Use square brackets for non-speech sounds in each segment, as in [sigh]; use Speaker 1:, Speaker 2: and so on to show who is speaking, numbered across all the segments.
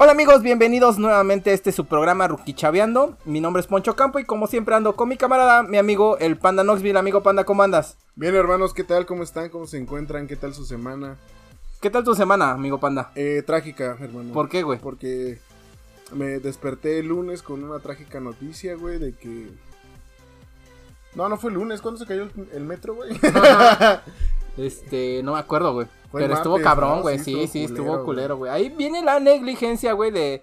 Speaker 1: Hola amigos, bienvenidos nuevamente a este su programa Ruki Chaveando. Mi nombre es Poncho Campo y como siempre ando con mi camarada, mi amigo el Panda Knoxville, amigo Panda, ¿cómo andas?
Speaker 2: Bien, hermanos, ¿qué tal? ¿Cómo están? ¿Cómo se encuentran? ¿Qué tal su semana?
Speaker 1: ¿Qué tal tu semana, amigo Panda?
Speaker 2: Eh, trágica, hermano.
Speaker 1: ¿Por qué, güey?
Speaker 2: Porque me desperté el lunes con una trágica noticia, güey, de que... No, no fue el lunes, ¿cuándo se cayó el, el metro, güey? [laughs]
Speaker 1: Este, no me acuerdo, güey.
Speaker 2: Fue
Speaker 1: Pero
Speaker 2: el
Speaker 1: estuvo
Speaker 2: martes,
Speaker 1: cabrón,
Speaker 2: ¿no?
Speaker 1: güey.
Speaker 2: Sí,
Speaker 1: Sí,
Speaker 2: estuvo
Speaker 1: sí, estuvo
Speaker 2: culero,
Speaker 1: culero, güey. Ahí viene la negligencia, güey, de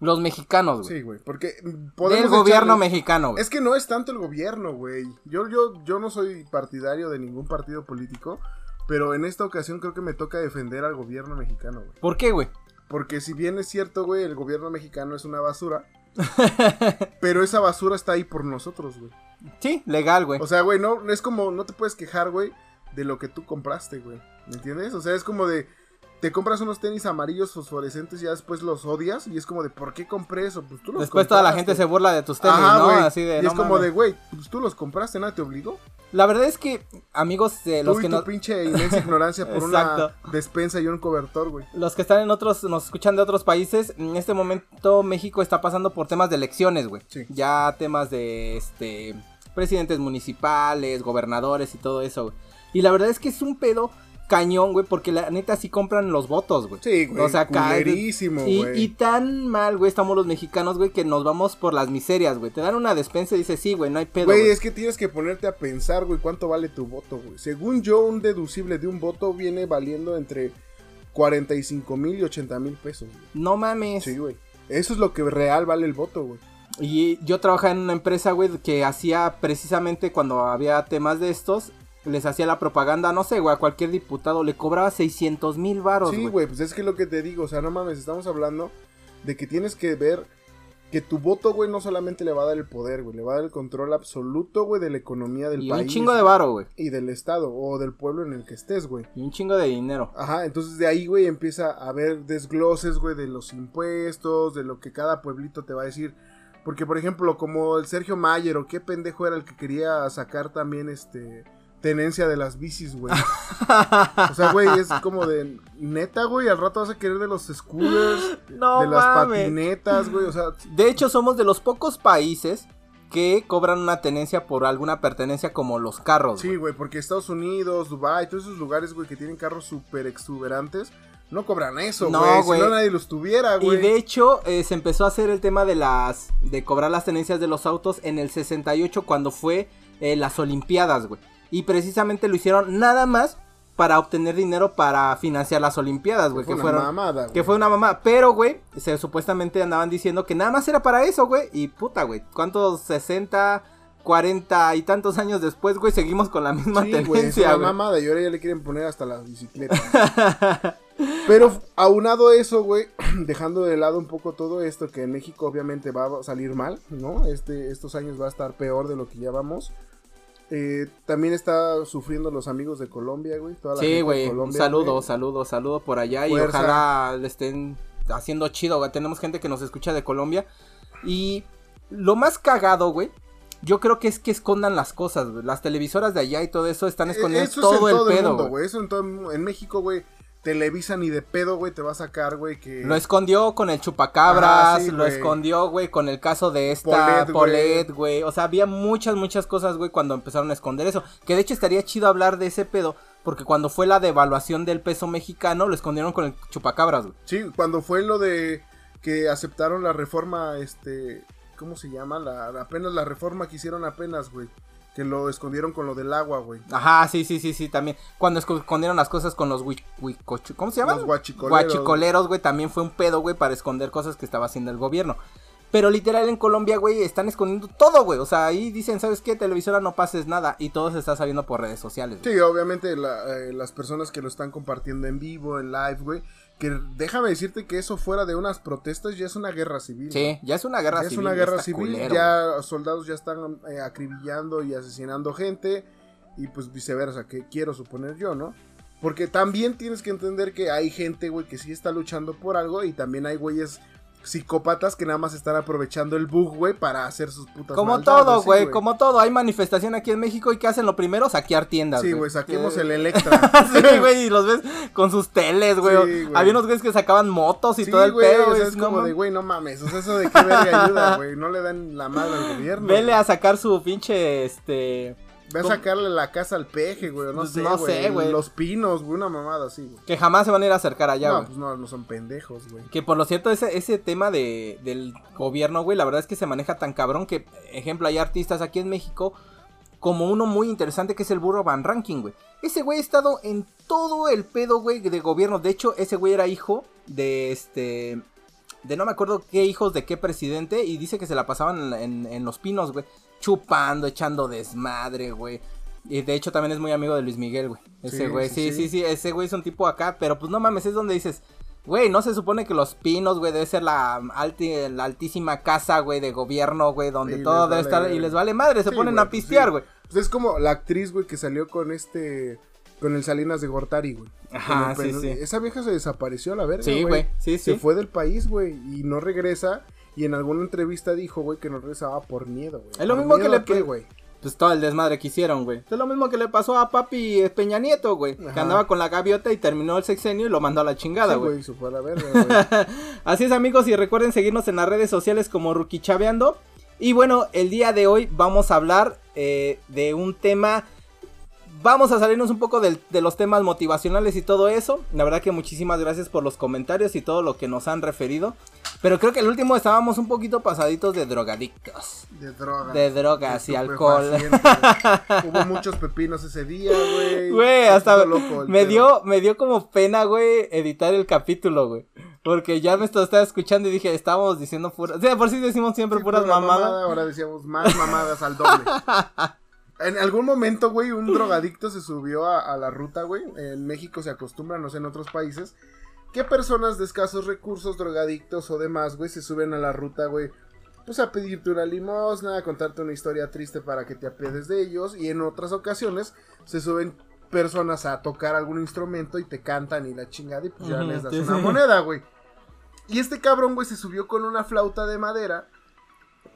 Speaker 1: los mexicanos, güey.
Speaker 2: sí, güey, porque
Speaker 1: Del
Speaker 2: echarle-
Speaker 1: gobierno mexicano, güey.
Speaker 2: Es que no es tanto el gobierno, güey. Yo, yo, yo no soy partidario de ningún partido político, pero en esta ocasión creo que me toca defender al gobierno mexicano, güey.
Speaker 1: ¿Por qué, güey?
Speaker 2: Porque si bien es cierto, güey, el gobierno mexicano es
Speaker 1: [laughs]
Speaker 2: una basura, pero esa basura está ahí por nosotros, güey.
Speaker 1: Sí, legal, güey.
Speaker 2: O sea, güey, no, es como, no te puedes quejar, güey, de lo que tú compraste, güey. ¿Me entiendes? O sea, es como de, te compras unos tenis amarillos fosforescentes y ya después los odias y es como de, ¿por qué compré eso? Pues tú los
Speaker 1: Después toda la gente
Speaker 2: compraste.
Speaker 1: se burla de tus tenis,
Speaker 2: Ajá,
Speaker 1: ¿no?
Speaker 2: güey.
Speaker 1: Así de.
Speaker 2: Y
Speaker 1: no
Speaker 2: es como
Speaker 1: mames.
Speaker 2: de, güey, pues tú los compraste, nadie te obligó.
Speaker 1: La verdad es que, amigos, eh, los
Speaker 2: tú y
Speaker 1: que
Speaker 2: tu
Speaker 1: no.
Speaker 2: pinche inmensa ignorancia por una
Speaker 1: [laughs] Exacto.
Speaker 2: despensa y un cobertor, güey.
Speaker 1: Los que están en otros, nos escuchan de otros países, en este momento México está pasando por temas de elecciones, güey.
Speaker 2: Sí.
Speaker 1: Ya temas de, este, presidentes municipales, gobernadores y todo eso, güey. Y la verdad es que es un pedo cañón, güey, porque la neta sí compran los votos, güey.
Speaker 2: Sí, güey.
Speaker 1: O sea, acá-
Speaker 2: culerísimo,
Speaker 1: Y,
Speaker 2: güey.
Speaker 1: y tan mal, güey, estamos los mexicanos, güey, que nos vamos por las miserias, güey. Te dan una despensa y dices, sí, güey, no hay pedo,
Speaker 2: Güey,
Speaker 1: güey.
Speaker 2: es que tienes que ponerte a pensar, güey, cuánto vale tu voto, güey. Según yo, un deducible de un voto viene valiendo entre 45 mil y 80 mil pesos, güey.
Speaker 1: No mames.
Speaker 2: Sí, güey. Eso es lo que real vale el voto, güey.
Speaker 1: Y yo trabajaba en una empresa, güey, que hacía precisamente cuando había temas de estos, les hacía la propaganda, no sé, güey, a cualquier diputado le cobraba 600 mil varos,
Speaker 2: Sí,
Speaker 1: güey.
Speaker 2: güey, pues es que lo que te digo, o sea, no mames, estamos hablando de que tienes que ver que tu voto, güey, no solamente le va a dar el poder, güey, le va a dar el control absoluto, güey, de la economía del
Speaker 1: Y
Speaker 2: país.
Speaker 1: un chingo de varo, güey.
Speaker 2: Y del estado, o del pueblo en el que estés, güey.
Speaker 1: Y un chingo de dinero.
Speaker 2: Ajá, entonces de ahí, güey, empieza a haber desgloses, güey, de los impuestos, de lo que cada pueblito te va a decir. Porque, por ejemplo, como el Sergio Mayer, o qué pendejo era el que quería sacar también, este, tenencia de las bicis, güey. O sea, güey, es como de neta, güey, al rato vas a querer de los scooters,
Speaker 1: No
Speaker 2: de las
Speaker 1: mames.
Speaker 2: patinetas, güey, o sea,
Speaker 1: De hecho, somos de los pocos países que cobran una tenencia por alguna pertenencia como los carros.
Speaker 2: sí,
Speaker 1: güey.
Speaker 2: güey, porque Estados Unidos, Dubai, todos esos lugares, güey, que tienen carros súper exuberantes, no cobran eso,
Speaker 1: No,
Speaker 2: güey,
Speaker 1: güey.
Speaker 2: si no nadie los tuviera,
Speaker 1: Y
Speaker 2: güey.
Speaker 1: de hecho, eh, se empezó a hacer el tema de las. de cobrar las tenencias de los autos en el 68 cuando fue eh, las Olimpiadas, güey. Y precisamente lo hicieron nada más para obtener dinero para financiar las Olimpiadas, güey.
Speaker 2: fue
Speaker 1: Que
Speaker 2: una
Speaker 1: fueron.
Speaker 2: mamada, güey.
Speaker 1: Que fue una mamá. Pero, güey, se supuestamente andaban diciendo que nada más era para eso, güey. Y puta, güey. ¿Cuántos 60, 40 y tantos años después, güey? Seguimos con la [laughs] misma
Speaker 2: Sí, güey, es
Speaker 1: tendencia,
Speaker 2: una
Speaker 1: güey.
Speaker 2: mamada y ahora ya le quieren poner hasta las
Speaker 1: [laughs]
Speaker 2: bicicletas. Pero aunado a eso, güey, [clears throat] dejando de lado un poco todo esto que en México obviamente va a salir mal, ¿no? Este, estos años va a estar peor de lo que ya vamos. Eh, también está sufriendo los amigos de Colombia, güey. Toda la gente
Speaker 1: Sí,
Speaker 2: de
Speaker 1: güey. Un
Speaker 2: Colombia,
Speaker 1: saludo,
Speaker 2: güey.
Speaker 1: saludo, saludo por allá. Y
Speaker 2: Fuerza.
Speaker 1: ojalá le estén haciendo chido, güey. Tenemos gente que nos escucha de Colombia. Y lo más cagado, güey. Yo creo que es que escondan las cosas, güey. Las televisoras de allá y todo eso están
Speaker 2: Eh,
Speaker 1: escondiendo
Speaker 2: eso
Speaker 1: todo,
Speaker 2: es en
Speaker 1: el
Speaker 2: todo el
Speaker 1: pedo,
Speaker 2: mundo,
Speaker 1: güey.
Speaker 2: güey. Eso en todo el mu- en México, güey. Televisa ni de pedo, güey, te va a sacar, güey, que...
Speaker 1: Lo escondió con el chupacabras,
Speaker 2: Ah, sí,
Speaker 1: lo
Speaker 2: güey.
Speaker 1: escondió, güey, con el caso de esta
Speaker 2: Paulette, güey.
Speaker 1: Polet, güey. O sea, había muchas, muchas cosas, güey, cuando empezaron a esconder eso. Que de hecho estaría chido hablar de ese pedo, porque cuando fue la devaluación del peso mexicano, lo escondieron con el chupacabras, güey.
Speaker 2: Sí, cuando fue lo de que aceptaron la reforma, este, ¿cómo se llama? La, la- apenas la reforma que hicieron apenas, güey. Que lo escondieron con lo del agua, güey.
Speaker 1: Ajá, sí, sí, sí, sí, también. Cuando esco- escondieron las cosas con los hui- huicochu- ¿cómo se llaman?
Speaker 2: Los guachicoleros.
Speaker 1: Guachicoleros, güey, también fue un pedo, güey, para esconder cosas que estaba haciendo el gobierno. Pero literal en Colombia, güey, están escondiendo todo, güey. O sea, ahí dicen, ¿sabes qué? Televisora no pases nada. Y todo se está sabiendo por redes sociales. güey.
Speaker 2: Sí, obviamente la- eh, las personas que lo están compartiendo en vivo, en live, güey. Que déjame decirte que eso fuera de unas protestas ya es una guerra civil.
Speaker 1: Sí, ya es una
Speaker 2: Ya
Speaker 1: guerra
Speaker 2: es
Speaker 1: civil.
Speaker 2: una guerra
Speaker 1: está
Speaker 2: civil,
Speaker 1: culero, güey.
Speaker 2: ya soldados ya están eh, acribillando y asesinando gente y pues viceversa, que quiero suponer yo, ¿no? Porque también tienes que entender que hay gente, güey, que sí está luchando por algo y también hay güeyes psicópatas que nada más están aprovechando el bug, güey, para hacer sus putas
Speaker 1: Como
Speaker 2: maldades,
Speaker 1: todo,
Speaker 2: pues, sí,
Speaker 1: güey, como todo. Hay manifestación aquí en México y ¿qué hacen lo primero? Saquear tiendas.
Speaker 2: Sí, güey, saquemos
Speaker 1: Sí.
Speaker 2: el Electra.
Speaker 1: [laughs] Sí, güey, y los ves con sus teles, güey.
Speaker 2: Sí, güey.
Speaker 1: Había unos güeyes que sacaban motos y
Speaker 2: Sí,
Speaker 1: todo el
Speaker 2: güey,
Speaker 1: pedo.
Speaker 2: o sea,
Speaker 1: es
Speaker 2: es como
Speaker 1: no
Speaker 2: de, güey, no mames, o sea, eso de qué verga ayuda, güey, no le dan la madre al gobierno.
Speaker 1: Vele
Speaker 2: güey.
Speaker 1: a sacar su pinche, este...
Speaker 2: Ve a
Speaker 1: ¿Cómo?
Speaker 2: sacarle la casa al peje, güey, no
Speaker 1: Pues
Speaker 2: sé,
Speaker 1: no sé,
Speaker 2: güey,
Speaker 1: güey.
Speaker 2: los pinos, güey, una mamada así, güey.
Speaker 1: Que jamás se van a ir a acercar allá,
Speaker 2: No,
Speaker 1: güey.
Speaker 2: pues no, no son pendejos, güey.
Speaker 1: Que por lo cierto, ese, ese tema de, del gobierno, güey, la verdad es que se maneja tan cabrón que, ejemplo, hay artistas aquí en México, como uno muy interesante que es el Burro Van Ranking, güey. Ese güey ha estado en todo el pedo, güey, de gobierno. De hecho, ese güey era hijo de este. De no me acuerdo qué hijos de qué presidente. Y dice que se la pasaban en, en- en los pinos, güey. Chupando, echando desmadre, güey. Y de hecho también es muy amigo de Luis Miguel, güey. Ese
Speaker 2: Sí,
Speaker 1: güey,
Speaker 2: sí,
Speaker 1: sí,
Speaker 2: sí.
Speaker 1: sí, sí, Ese güey es un tipo acá. Pero pues no mames, es donde dices. Güey, no se supone que los pinos, güey, debe ser la, alti- la altísima casa, güey, de gobierno, güey, donde
Speaker 2: Sí,
Speaker 1: todo
Speaker 2: les
Speaker 1: debe
Speaker 2: vale
Speaker 1: estar
Speaker 2: verga.
Speaker 1: y les vale madre, se
Speaker 2: Sí,
Speaker 1: ponen
Speaker 2: güey,
Speaker 1: a
Speaker 2: pues sí.
Speaker 1: pistear, güey.
Speaker 2: Pues es como la actriz, güey, que salió con este, con el Salinas de Gortari, güey.
Speaker 1: Ajá,
Speaker 2: Con el
Speaker 1: sí,
Speaker 2: pelo-
Speaker 1: sí.
Speaker 2: Esa vieja se desapareció a la verga,
Speaker 1: Sí, güey, sí,
Speaker 2: Se
Speaker 1: sí.
Speaker 2: fue del país, güey, y no regresa. Y en alguna entrevista dijo, güey, que no regresaba por miedo, güey.
Speaker 1: Es lo
Speaker 2: ¿Por
Speaker 1: mismo que
Speaker 2: miedo a
Speaker 1: le-
Speaker 2: qué, güey.
Speaker 1: Pues todo el desmadre que hicieron, güey. Es lo mismo que le pasó a papi Peña Nieto, güey. Que
Speaker 2: Ajá.
Speaker 1: andaba con la gaviota y terminó el sexenio y lo mandó a la chingada,
Speaker 2: Sí,
Speaker 1: güey.
Speaker 2: güey, se fue a la verga,
Speaker 1: [laughs]
Speaker 2: güey.
Speaker 1: Así es, amigos, y recuerden seguirnos en las redes sociales como Ruki Chaveando. Y bueno, el día de hoy vamos a hablar eh, de un tema. Vamos a salirnos un poco del- de los temas motivacionales y todo eso. La verdad que muchísimas gracias por los comentarios y todo lo que nos han referido. Pero creo que el último estábamos un poquito pasaditos de drogadictos.
Speaker 2: De drogas.
Speaker 1: De drogas y alcohol.
Speaker 2: estupefacientes. Hubo muchos pepinos ese día, güey.
Speaker 1: [laughs] Güey,
Speaker 2: Se
Speaker 1: hasta
Speaker 2: puso loco el
Speaker 1: me
Speaker 2: pedo.
Speaker 1: dio, me dio como pena, güey, editar el capítulo, güey. Porque ya me esto- estaba escuchando y dije, estábamos diciendo puras. O sea, por si decimos siempre
Speaker 2: Sí,
Speaker 1: puras
Speaker 2: pura mamada,
Speaker 1: mamadas.
Speaker 2: Ahora decíamos más mamadas
Speaker 1: [laughs]
Speaker 2: al doble. En algún momento, güey, un drogadicto se subió a, a la ruta, güey. En México se acostumbra, no sé, en otros países. Que personas de escasos recursos, drogadictos o demás, güey, se suben a la ruta, güey. Pues a pedirte una limosna, a contarte una historia triste para que te apiedes de ellos. Y en otras ocasiones se suben personas a tocar algún instrumento y te cantan y la chingada y pues ya
Speaker 1: Ujú,
Speaker 2: les das
Speaker 1: sí,
Speaker 2: una
Speaker 1: sí.
Speaker 2: moneda, güey. Y este cabrón, güey, se subió con una flauta de madera.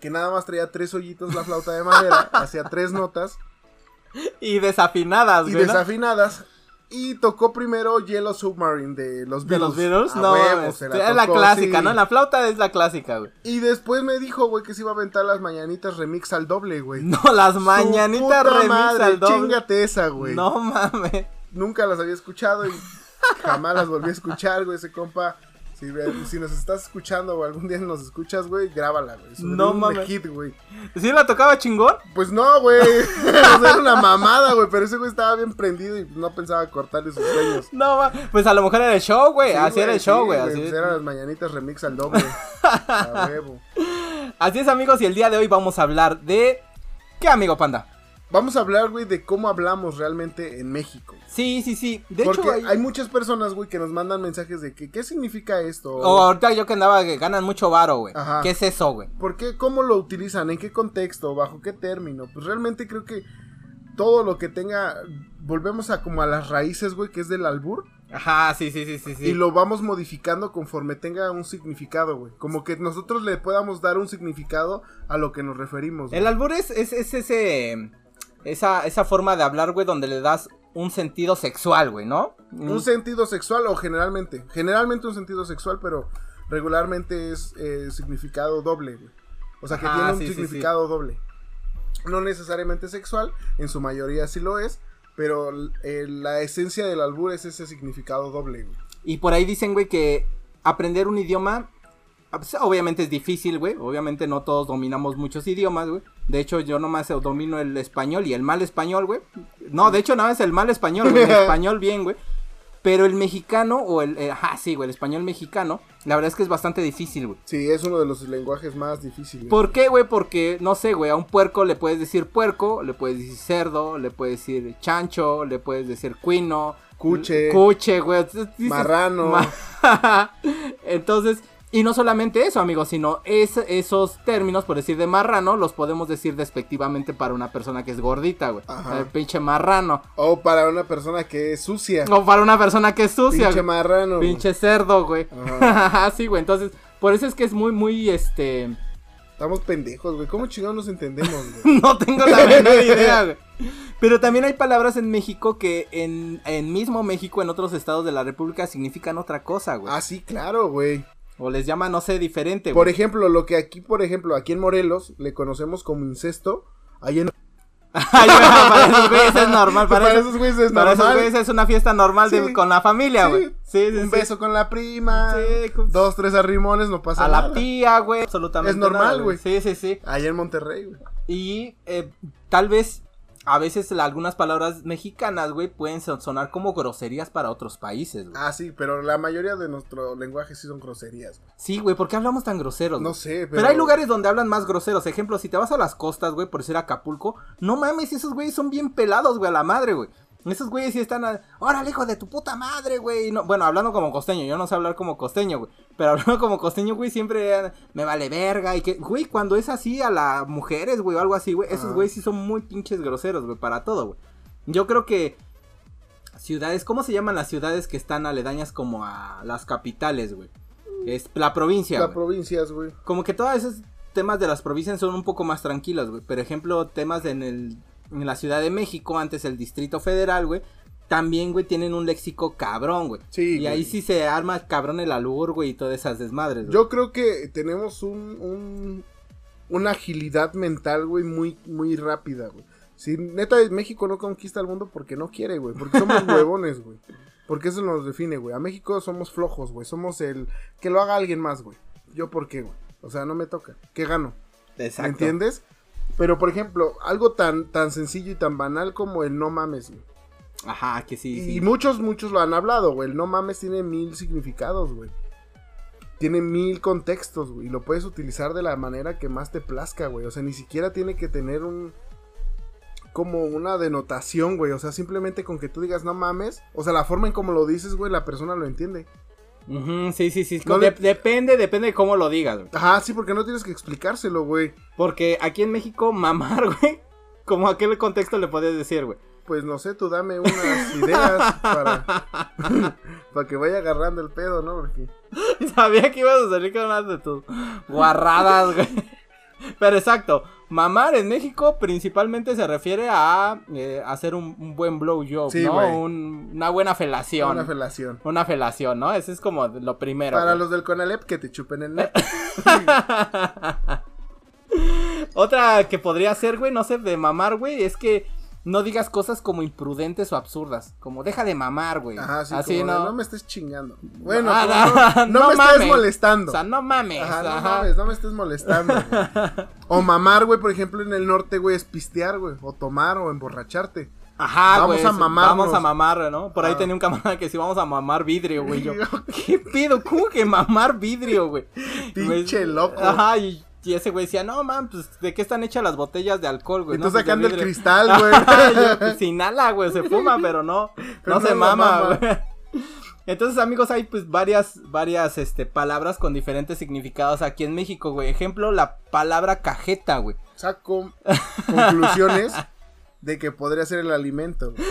Speaker 2: Que nada más traía tres hoyitos la flauta de
Speaker 1: [laughs]
Speaker 2: madera. hacía tres notas.
Speaker 1: Y desafinadas,
Speaker 2: Y
Speaker 1: güey. ¿no?
Speaker 2: desafinadas. Y tocó primero Yellow Submarine de los
Speaker 1: De
Speaker 2: Beatles.
Speaker 1: los Beatles,
Speaker 2: A
Speaker 1: no.
Speaker 2: huevo,
Speaker 1: mames.
Speaker 2: se
Speaker 1: es la
Speaker 2: tocó,
Speaker 1: clásica,
Speaker 2: sí.
Speaker 1: ¿no? La flauta es la clásica, güey. [laughs]
Speaker 2: Y después me dijo, güey, que se iba a aventar las mañanitas remix al doble, güey.
Speaker 1: No, las
Speaker 2: Su
Speaker 1: mañanitas
Speaker 2: puta
Speaker 1: remix
Speaker 2: madre,
Speaker 1: al doble.
Speaker 2: Chingate esa, güey.
Speaker 1: No mames.
Speaker 2: Nunca las había escuchado y jamás las volví a escuchar, güey. Ese compa, si, si nos estás escuchando o algún día nos escuchas, güey, grábala, güey. Súbele
Speaker 1: No
Speaker 2: un
Speaker 1: mames.
Speaker 2: hit, güey.
Speaker 1: ¿Sí la tocaba chingón?
Speaker 2: Pues no, güey. [laughs] O sea, era una mamada, güey. Pero ese güey estaba bien prendido y no pensaba cortarle sus sueños.
Speaker 1: No mames. Pues a lo mejor era el show, güey.
Speaker 2: Sí,
Speaker 1: así era el show,
Speaker 2: sí,
Speaker 1: güey. así,
Speaker 2: pues eran las mañanitas remix
Speaker 1: [laughs]
Speaker 2: al doble. A huevo.
Speaker 1: así es, amigos. Y el día de hoy vamos a hablar de. ¿Qué, amigo panda?
Speaker 2: Vamos a hablar, güey, de cómo hablamos realmente en México.
Speaker 1: Sí, sí, sí. De
Speaker 2: Porque
Speaker 1: hecho,
Speaker 2: hay...
Speaker 1: hay-
Speaker 2: muchas personas, güey, que nos mandan mensajes de que, ¿qué significa esto?
Speaker 1: O ahorita yo que andaba que ganan mucho varo, güey.
Speaker 2: Ajá.
Speaker 1: ¿Qué es eso, güey?
Speaker 2: ¿Por qué? ¿Cómo lo utilizan? ¿En qué contexto? ¿Bajo qué término? Pues realmente creo que todo lo que tenga... Volvemos a como a las raíces, güey, que es del albur.
Speaker 1: Ajá, sí, sí, sí, sí, sí.
Speaker 2: Y lo vamos modificando conforme tenga un significado, güey. Como que nosotros le podamos dar un significado a lo que nos referimos. güey.
Speaker 1: El albur es, es, es ese esa, esa forma de hablar, güey, donde le das un sentido sexual, güey, ¿no?
Speaker 2: Un sentido sexual o generalmente. Generalmente un sentido sexual, pero regularmente es eh, significado doble, güey. O sea, que
Speaker 1: Ajá,
Speaker 2: tiene un
Speaker 1: sí, sí,
Speaker 2: significado doble. No necesariamente sexual, en su mayoría sí lo es, pero eh, la esencia del albur es ese significado doble, güey.
Speaker 1: Y por ahí dicen, güey, que aprender un idioma, ah, pues, obviamente es difícil, güey. Obviamente no todos dominamos muchos idiomas, güey. De hecho, yo nomás domino el español y el mal español, güey. No, de hecho, nada es el mal español, güey. El español bien, güey. Pero el mexicano, o el, eh, ajá, sí, güey, el español mexicano, la verdad es que es bastante difícil, güey.
Speaker 2: Sí, es uno de los lenguajes más difíciles.
Speaker 1: ¿Por qué, güey? Porque, no sé, güey, a un puerco le puedes decir puerco, le puedes decir cerdo, le puedes decir chancho, le puedes decir cuino.
Speaker 2: Cuche.
Speaker 1: Cuche, güey. Dices-
Speaker 2: Marrano.
Speaker 1: Ma- [laughs] Entonces, y no solamente eso, amigos, sino es- esos términos, por decir de marrano, los podemos decir despectivamente para una persona que es gordita, güey.
Speaker 2: Ajá.
Speaker 1: El pinche marrano.
Speaker 2: O para una persona que es sucia.
Speaker 1: O para una persona que es sucia.
Speaker 2: pinche
Speaker 1: güey.
Speaker 2: marrano. güey.
Speaker 1: Pinche cerdo, güey.
Speaker 2: Ajá.
Speaker 1: [laughs] sí, güey. Entonces, Por eso es que es muy, muy, este... [laughs]
Speaker 2: Estamos pendejos, güey. ¿Cómo chingados nos entendemos, güey?
Speaker 1: no tengo la menor idea, güey. Pero también hay palabras en México que en, en mismo México, en otros estados de la República, significan otra cosa, güey.
Speaker 2: Ah, sí, claro, güey.
Speaker 1: O les llama, no sé, diferente,
Speaker 2: Por
Speaker 1: güey.
Speaker 2: ejemplo, lo que aquí, por ejemplo, aquí en Morelos le conocemos como incesto, ahí en
Speaker 1: [laughs] Ay, güey, para esos güeyes es normal. Ah, Para,
Speaker 2: Para
Speaker 1: esos-
Speaker 2: esos güeyes es
Speaker 1: para esos
Speaker 2: normal.
Speaker 1: güeyes es una fiesta normal de-
Speaker 2: Sí.
Speaker 1: con la familia,
Speaker 2: Sí.
Speaker 1: güey. Sí, sí, sí.
Speaker 2: un beso con la prima,
Speaker 1: Sí, con-
Speaker 2: dos, tres arrimones, no pasa
Speaker 1: A
Speaker 2: nada.
Speaker 1: la tía, güey. Absolutamente.
Speaker 2: Es normal,
Speaker 1: nada,
Speaker 2: güey.
Speaker 1: Sí, sí, sí.
Speaker 2: Allá en Monterrey, güey.
Speaker 1: Y eh, tal vez a veces la- algunas palabras mexicanas, güey, pueden son- sonar como groserías para otros países, güey.
Speaker 2: Ah, sí, pero la mayoría de nuestro lenguaje sí son groserías. güey.
Speaker 1: Sí, güey, ¿por qué hablamos tan groseros?
Speaker 2: No
Speaker 1: güey?
Speaker 2: sé, pero...
Speaker 1: Pero hay lugares donde hablan más groseros. Ejemplo, si te vas a las costas, güey, por decir Acapulco, no mames, esos güeyes son bien pelados, güey, a la madre, güey. Esos güeyes sí están. a- Órale, hijo de tu puta madre, güey. y no- bueno, hablando como costeño, yo no sé hablar como costeño, güey. Pero [laughs] hablando como costeño, güey, siempre eh, me vale verga. Y que, güey, cuando es así a las mujeres, güey, o algo así, güey, esos
Speaker 2: Ah.
Speaker 1: güeyes sí son muy pinches groseros, güey, para todo, güey. Yo creo que ciudades, ¿cómo se llaman las ciudades que están aledañas como a las capitales, güey? Es la provincia.
Speaker 2: Las
Speaker 1: güey
Speaker 2: provincias, güey.
Speaker 1: como que todos esos temas de las provincias son un poco más tranquilos, güey. Por ejemplo, temas en, el, en la Ciudad de México, antes el Distrito Federal, güey. También, güey, tienen un léxico cabrón, güey.
Speaker 2: Sí,
Speaker 1: Y ahí
Speaker 2: güey.
Speaker 1: sí se arma cabrón el albur, güey, y todas esas desmadres, güey.
Speaker 2: Yo creo que tenemos un, un- una agilidad mental, güey, muy, muy rápida, güey. Si neta México no conquista el mundo porque no quiere, güey, porque somos huevones, güey. Porque eso nos define, güey. A México somos flojos, güey. Somos el que lo haga alguien más, güey. Yo por qué, güey. O sea, no me toca. ¿Qué gano? ¿Me
Speaker 1: Exacto.
Speaker 2: entiendes? Pero por ejemplo, algo tan, tan sencillo y tan banal como el no mames, güey.
Speaker 1: Ajá, que sí,
Speaker 2: Y
Speaker 1: sí.
Speaker 2: muchos, muchos lo han hablado, güey. El no mames tiene mil significados, güey. Tiene mil contextos, güey. Y lo puedes utilizar de la manera que más te plazca, güey. O sea, ni siquiera tiene que tener un. Como una denotación, güey. O sea, simplemente con que tú digas no mames. O sea, la forma en como lo dices, güey, la persona lo entiende.
Speaker 1: Ujú, sí, sí, sí.
Speaker 2: No
Speaker 1: De-
Speaker 2: le-
Speaker 1: Depende, depende de cómo lo digas, güey.
Speaker 2: Ajá, sí, porque no tienes que explicárselo, güey.
Speaker 1: Porque aquí en México, mamar, [laughs] güey. Como a qué contexto le podías decir, güey.
Speaker 2: Pues no sé, tú dame unas ideas para. [laughs] para que vaya agarrando el pedo, ¿no? Porque.
Speaker 1: [laughs] Sabía que ibas a salir con unas de tus guarradas, güey. Pero exacto, mamar en México principalmente se refiere a eh, hacer un, un buen blowjob,
Speaker 2: Sí, güey.
Speaker 1: ¿no? Un- una buena felación.
Speaker 2: Una felación.
Speaker 1: Una felación, ¿no? Eso es como lo primero.
Speaker 2: Para
Speaker 1: güey.
Speaker 2: los del Conalep que te chupen el net.
Speaker 1: Otra que podría ser, güey, no sé, de mamar, güey, es que no digas cosas como imprudentes o absurdas. Como deja de mamar, güey.
Speaker 2: Ajá, sí,
Speaker 1: Así,
Speaker 2: como de,
Speaker 1: ¿no?
Speaker 2: ¿no? me estés chingando. Bueno,
Speaker 1: Ah,
Speaker 2: como
Speaker 1: no,
Speaker 2: no, no me
Speaker 1: no
Speaker 2: estés
Speaker 1: mames.
Speaker 2: molestando.
Speaker 1: O sea, no mames.
Speaker 2: Ajá, no
Speaker 1: ajá.
Speaker 2: mames, no me estés molestando. güey. O mamar, güey, por ejemplo, en el norte, güey, es pistear, güey. O tomar o emborracharte.
Speaker 1: Ajá,
Speaker 2: Vamos
Speaker 1: güey.
Speaker 2: a mamarnos.
Speaker 1: Vamos a mamar, ¿no? Por ahí
Speaker 2: Ah.
Speaker 1: tenía un camarada que sí, vamos a mamar vidrio, güey.
Speaker 2: [laughs]
Speaker 1: Yo, ¿qué pedo? ¿Cómo que mamar vidrio, güey?
Speaker 2: Pinche
Speaker 1: Güey,
Speaker 2: loco.
Speaker 1: Ajá, y, y ese güey decía, no, man, pues, ¿de qué están hechas las botellas de alcohol, güey?
Speaker 2: y tú
Speaker 1: No, pues, de
Speaker 2: sacando el
Speaker 1: vidrio". [laughs]
Speaker 2: cristal,
Speaker 1: Ajá, yo,
Speaker 2: güey.
Speaker 1: pues, se inhala, güey, se fuma, pero no,
Speaker 2: [laughs] Pero
Speaker 1: no
Speaker 2: no
Speaker 1: se
Speaker 2: la
Speaker 1: mama,
Speaker 2: mama.
Speaker 1: güey. Entonces, amigos, hay pues varias, varias, este, palabras con diferentes significados aquí en México, güey. Ejemplo, la palabra cajeta, güey.
Speaker 2: Saco conclusiones de que podría ser el alimento. güey.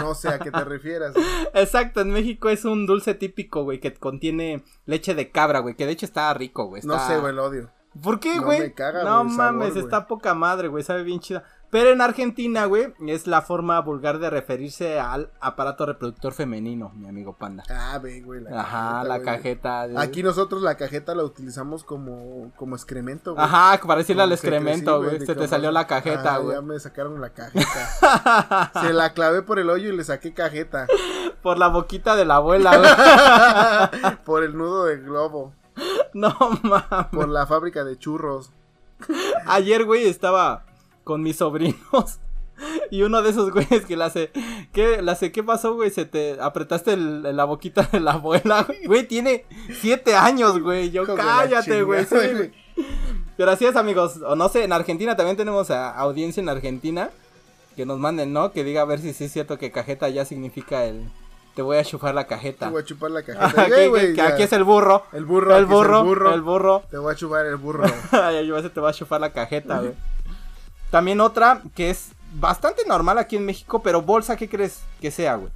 Speaker 2: No sé a qué te refieras. güey.
Speaker 1: Exacto, en México es un dulce típico, güey, que contiene leche de cabra, güey, que de hecho está rico, güey.
Speaker 2: No
Speaker 1: está-
Speaker 2: sé, güey, lo odio.
Speaker 1: ¿Por qué,
Speaker 2: No
Speaker 1: güey?
Speaker 2: me caga,
Speaker 1: No
Speaker 2: güey, el sabor,
Speaker 1: mames,
Speaker 2: güey.
Speaker 1: está poca madre, güey, sabe bien chida. Pero en Argentina, güey, es la forma vulgar de referirse al aparato reproductor femenino, mi amigo panda.
Speaker 2: Ah, ve, güey, la
Speaker 1: Ajá, la
Speaker 2: güey.
Speaker 1: cajeta. de-
Speaker 2: Aquí nosotros la cajeta la utilizamos como, como excremento, güey.
Speaker 1: Ajá, para decirle al
Speaker 2: Como que
Speaker 1: excremento,
Speaker 2: crecí,
Speaker 1: güey,
Speaker 2: de
Speaker 1: se te
Speaker 2: cómo-
Speaker 1: salió la
Speaker 2: Ah,
Speaker 1: cajeta, güey.
Speaker 2: Ya me sacaron la cajeta. [laughs] Se la clavé por el hoyo y le
Speaker 1: [laughs]
Speaker 2: saqué cajeta.
Speaker 1: Por la boquita de la abuela, güey. [laughs]
Speaker 2: por el nudo del globo.
Speaker 1: No mames.
Speaker 2: Por la fábrica de churros.
Speaker 1: Ayer, güey, estaba con mis sobrinos. [laughs] Y uno de esos güeyes que le hace, ¿qué, le hace, ¿qué pasó, güey? Se te apretaste el- la boquita de la abuela, güey.
Speaker 2: [laughs]
Speaker 1: Güey, tiene siete años, güey. Yo,
Speaker 2: Hijo de la
Speaker 1: cállate, güey. sí,
Speaker 2: [laughs] chingada,
Speaker 1: güey. Pero así es, amigos. O no sé, en Argentina también tenemos a- audiencia en Argentina. Que nos manden, ¿no? Que diga a ver si sí es cierto que cajeta ya significa el... Te voy a chufar la
Speaker 2: Te
Speaker 1: cajeta.
Speaker 2: voy a chupar
Speaker 1: [laughs]
Speaker 2: la cajeta.
Speaker 1: Ajá,
Speaker 2: Ey,
Speaker 1: que-
Speaker 2: güey,
Speaker 1: que- que
Speaker 2: ya.
Speaker 1: aquí es el burro.
Speaker 2: El burro,
Speaker 1: El
Speaker 2: aquí es el
Speaker 1: burro,
Speaker 2: burro.
Speaker 1: el burro.
Speaker 2: Te voy a chupar el burro.
Speaker 1: [laughs] Ay, ay, se te va a chufar la cajeta, güey. También otra que es bastante normal aquí en México, pero bolsa, ¿qué crees que sea, güey?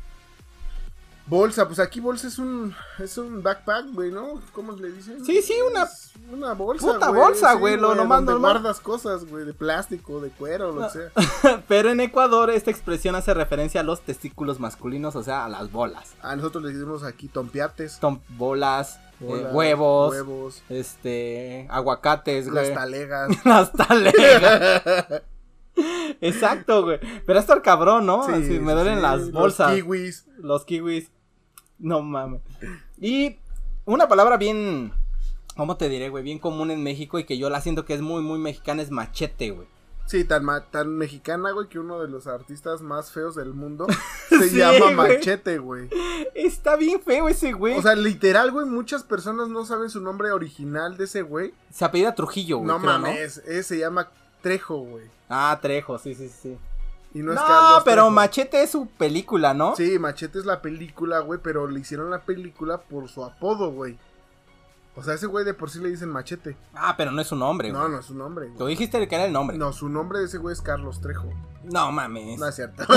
Speaker 2: Bolsa, pues aquí bolsa es un es un backpack, güey, ¿no? ¿Cómo le dicen?
Speaker 1: Sí, sí, una-
Speaker 2: Es una bolsa,
Speaker 1: puta bolsa, güey, lo nomás
Speaker 2: donde
Speaker 1: normal. Ah.
Speaker 2: guardas cosas, güey, de plástico, de cuero, lo que sea.
Speaker 1: [laughs] Pero en Ecuador esta expresión hace referencia a los testículos masculinos, o sea, a las bolas.
Speaker 2: A nosotros le decimos aquí tompiates,
Speaker 1: Son bolas, eh,
Speaker 2: bolas,
Speaker 1: huevos,
Speaker 2: huevos,
Speaker 1: este, aguacates,
Speaker 2: las
Speaker 1: güey.
Speaker 2: talegas.
Speaker 1: Las talegas.
Speaker 2: [laughs]
Speaker 1: Exacto, güey. Pero hasta el cabrón, [laughs] ¿no?
Speaker 2: Sí,
Speaker 1: Así, me duelen
Speaker 2: sí,
Speaker 1: las
Speaker 2: los
Speaker 1: bolsas.
Speaker 2: kiwis.
Speaker 1: Los kiwis. No mames. Y una palabra bien. ¿Cómo te diré, güey? Bien común en México y que yo la siento que es muy, muy mexicana es machete, güey.
Speaker 2: Sí, tan, ma- tan mexicana, güey, que uno de los artistas más feos
Speaker 1: [laughs]
Speaker 2: del mundo se
Speaker 1: Sí,
Speaker 2: llama
Speaker 1: güey.
Speaker 2: Machete, güey.
Speaker 1: Está bien feo ese, güey.
Speaker 2: O sea, literal, güey, muchas personas no saben su nombre original de ese güey.
Speaker 1: se apellida Trujillo, güey.
Speaker 2: No
Speaker 1: creo,
Speaker 2: mames, ese se llama Trejo, güey.
Speaker 1: Ah, Trejo, sí, sí, sí.
Speaker 2: Y
Speaker 1: No,
Speaker 2: no, es Carlos
Speaker 1: pero
Speaker 2: Trejo.
Speaker 1: machete es su película, ¿no?
Speaker 2: Sí, Machete es la película, güey, pero le hicieron la película por su apodo, güey. O sea, ese güey de por sí le dicen Machete.
Speaker 1: Ah, pero no es su nombre, güey.
Speaker 2: No, no es su nombre,
Speaker 1: Tú
Speaker 2: güey.
Speaker 1: dijiste que era el nombre. No,
Speaker 2: No, su nombre de ese güey es Carlos Trejo.
Speaker 1: mames. [laughs]
Speaker 2: No es cierto. [laughs]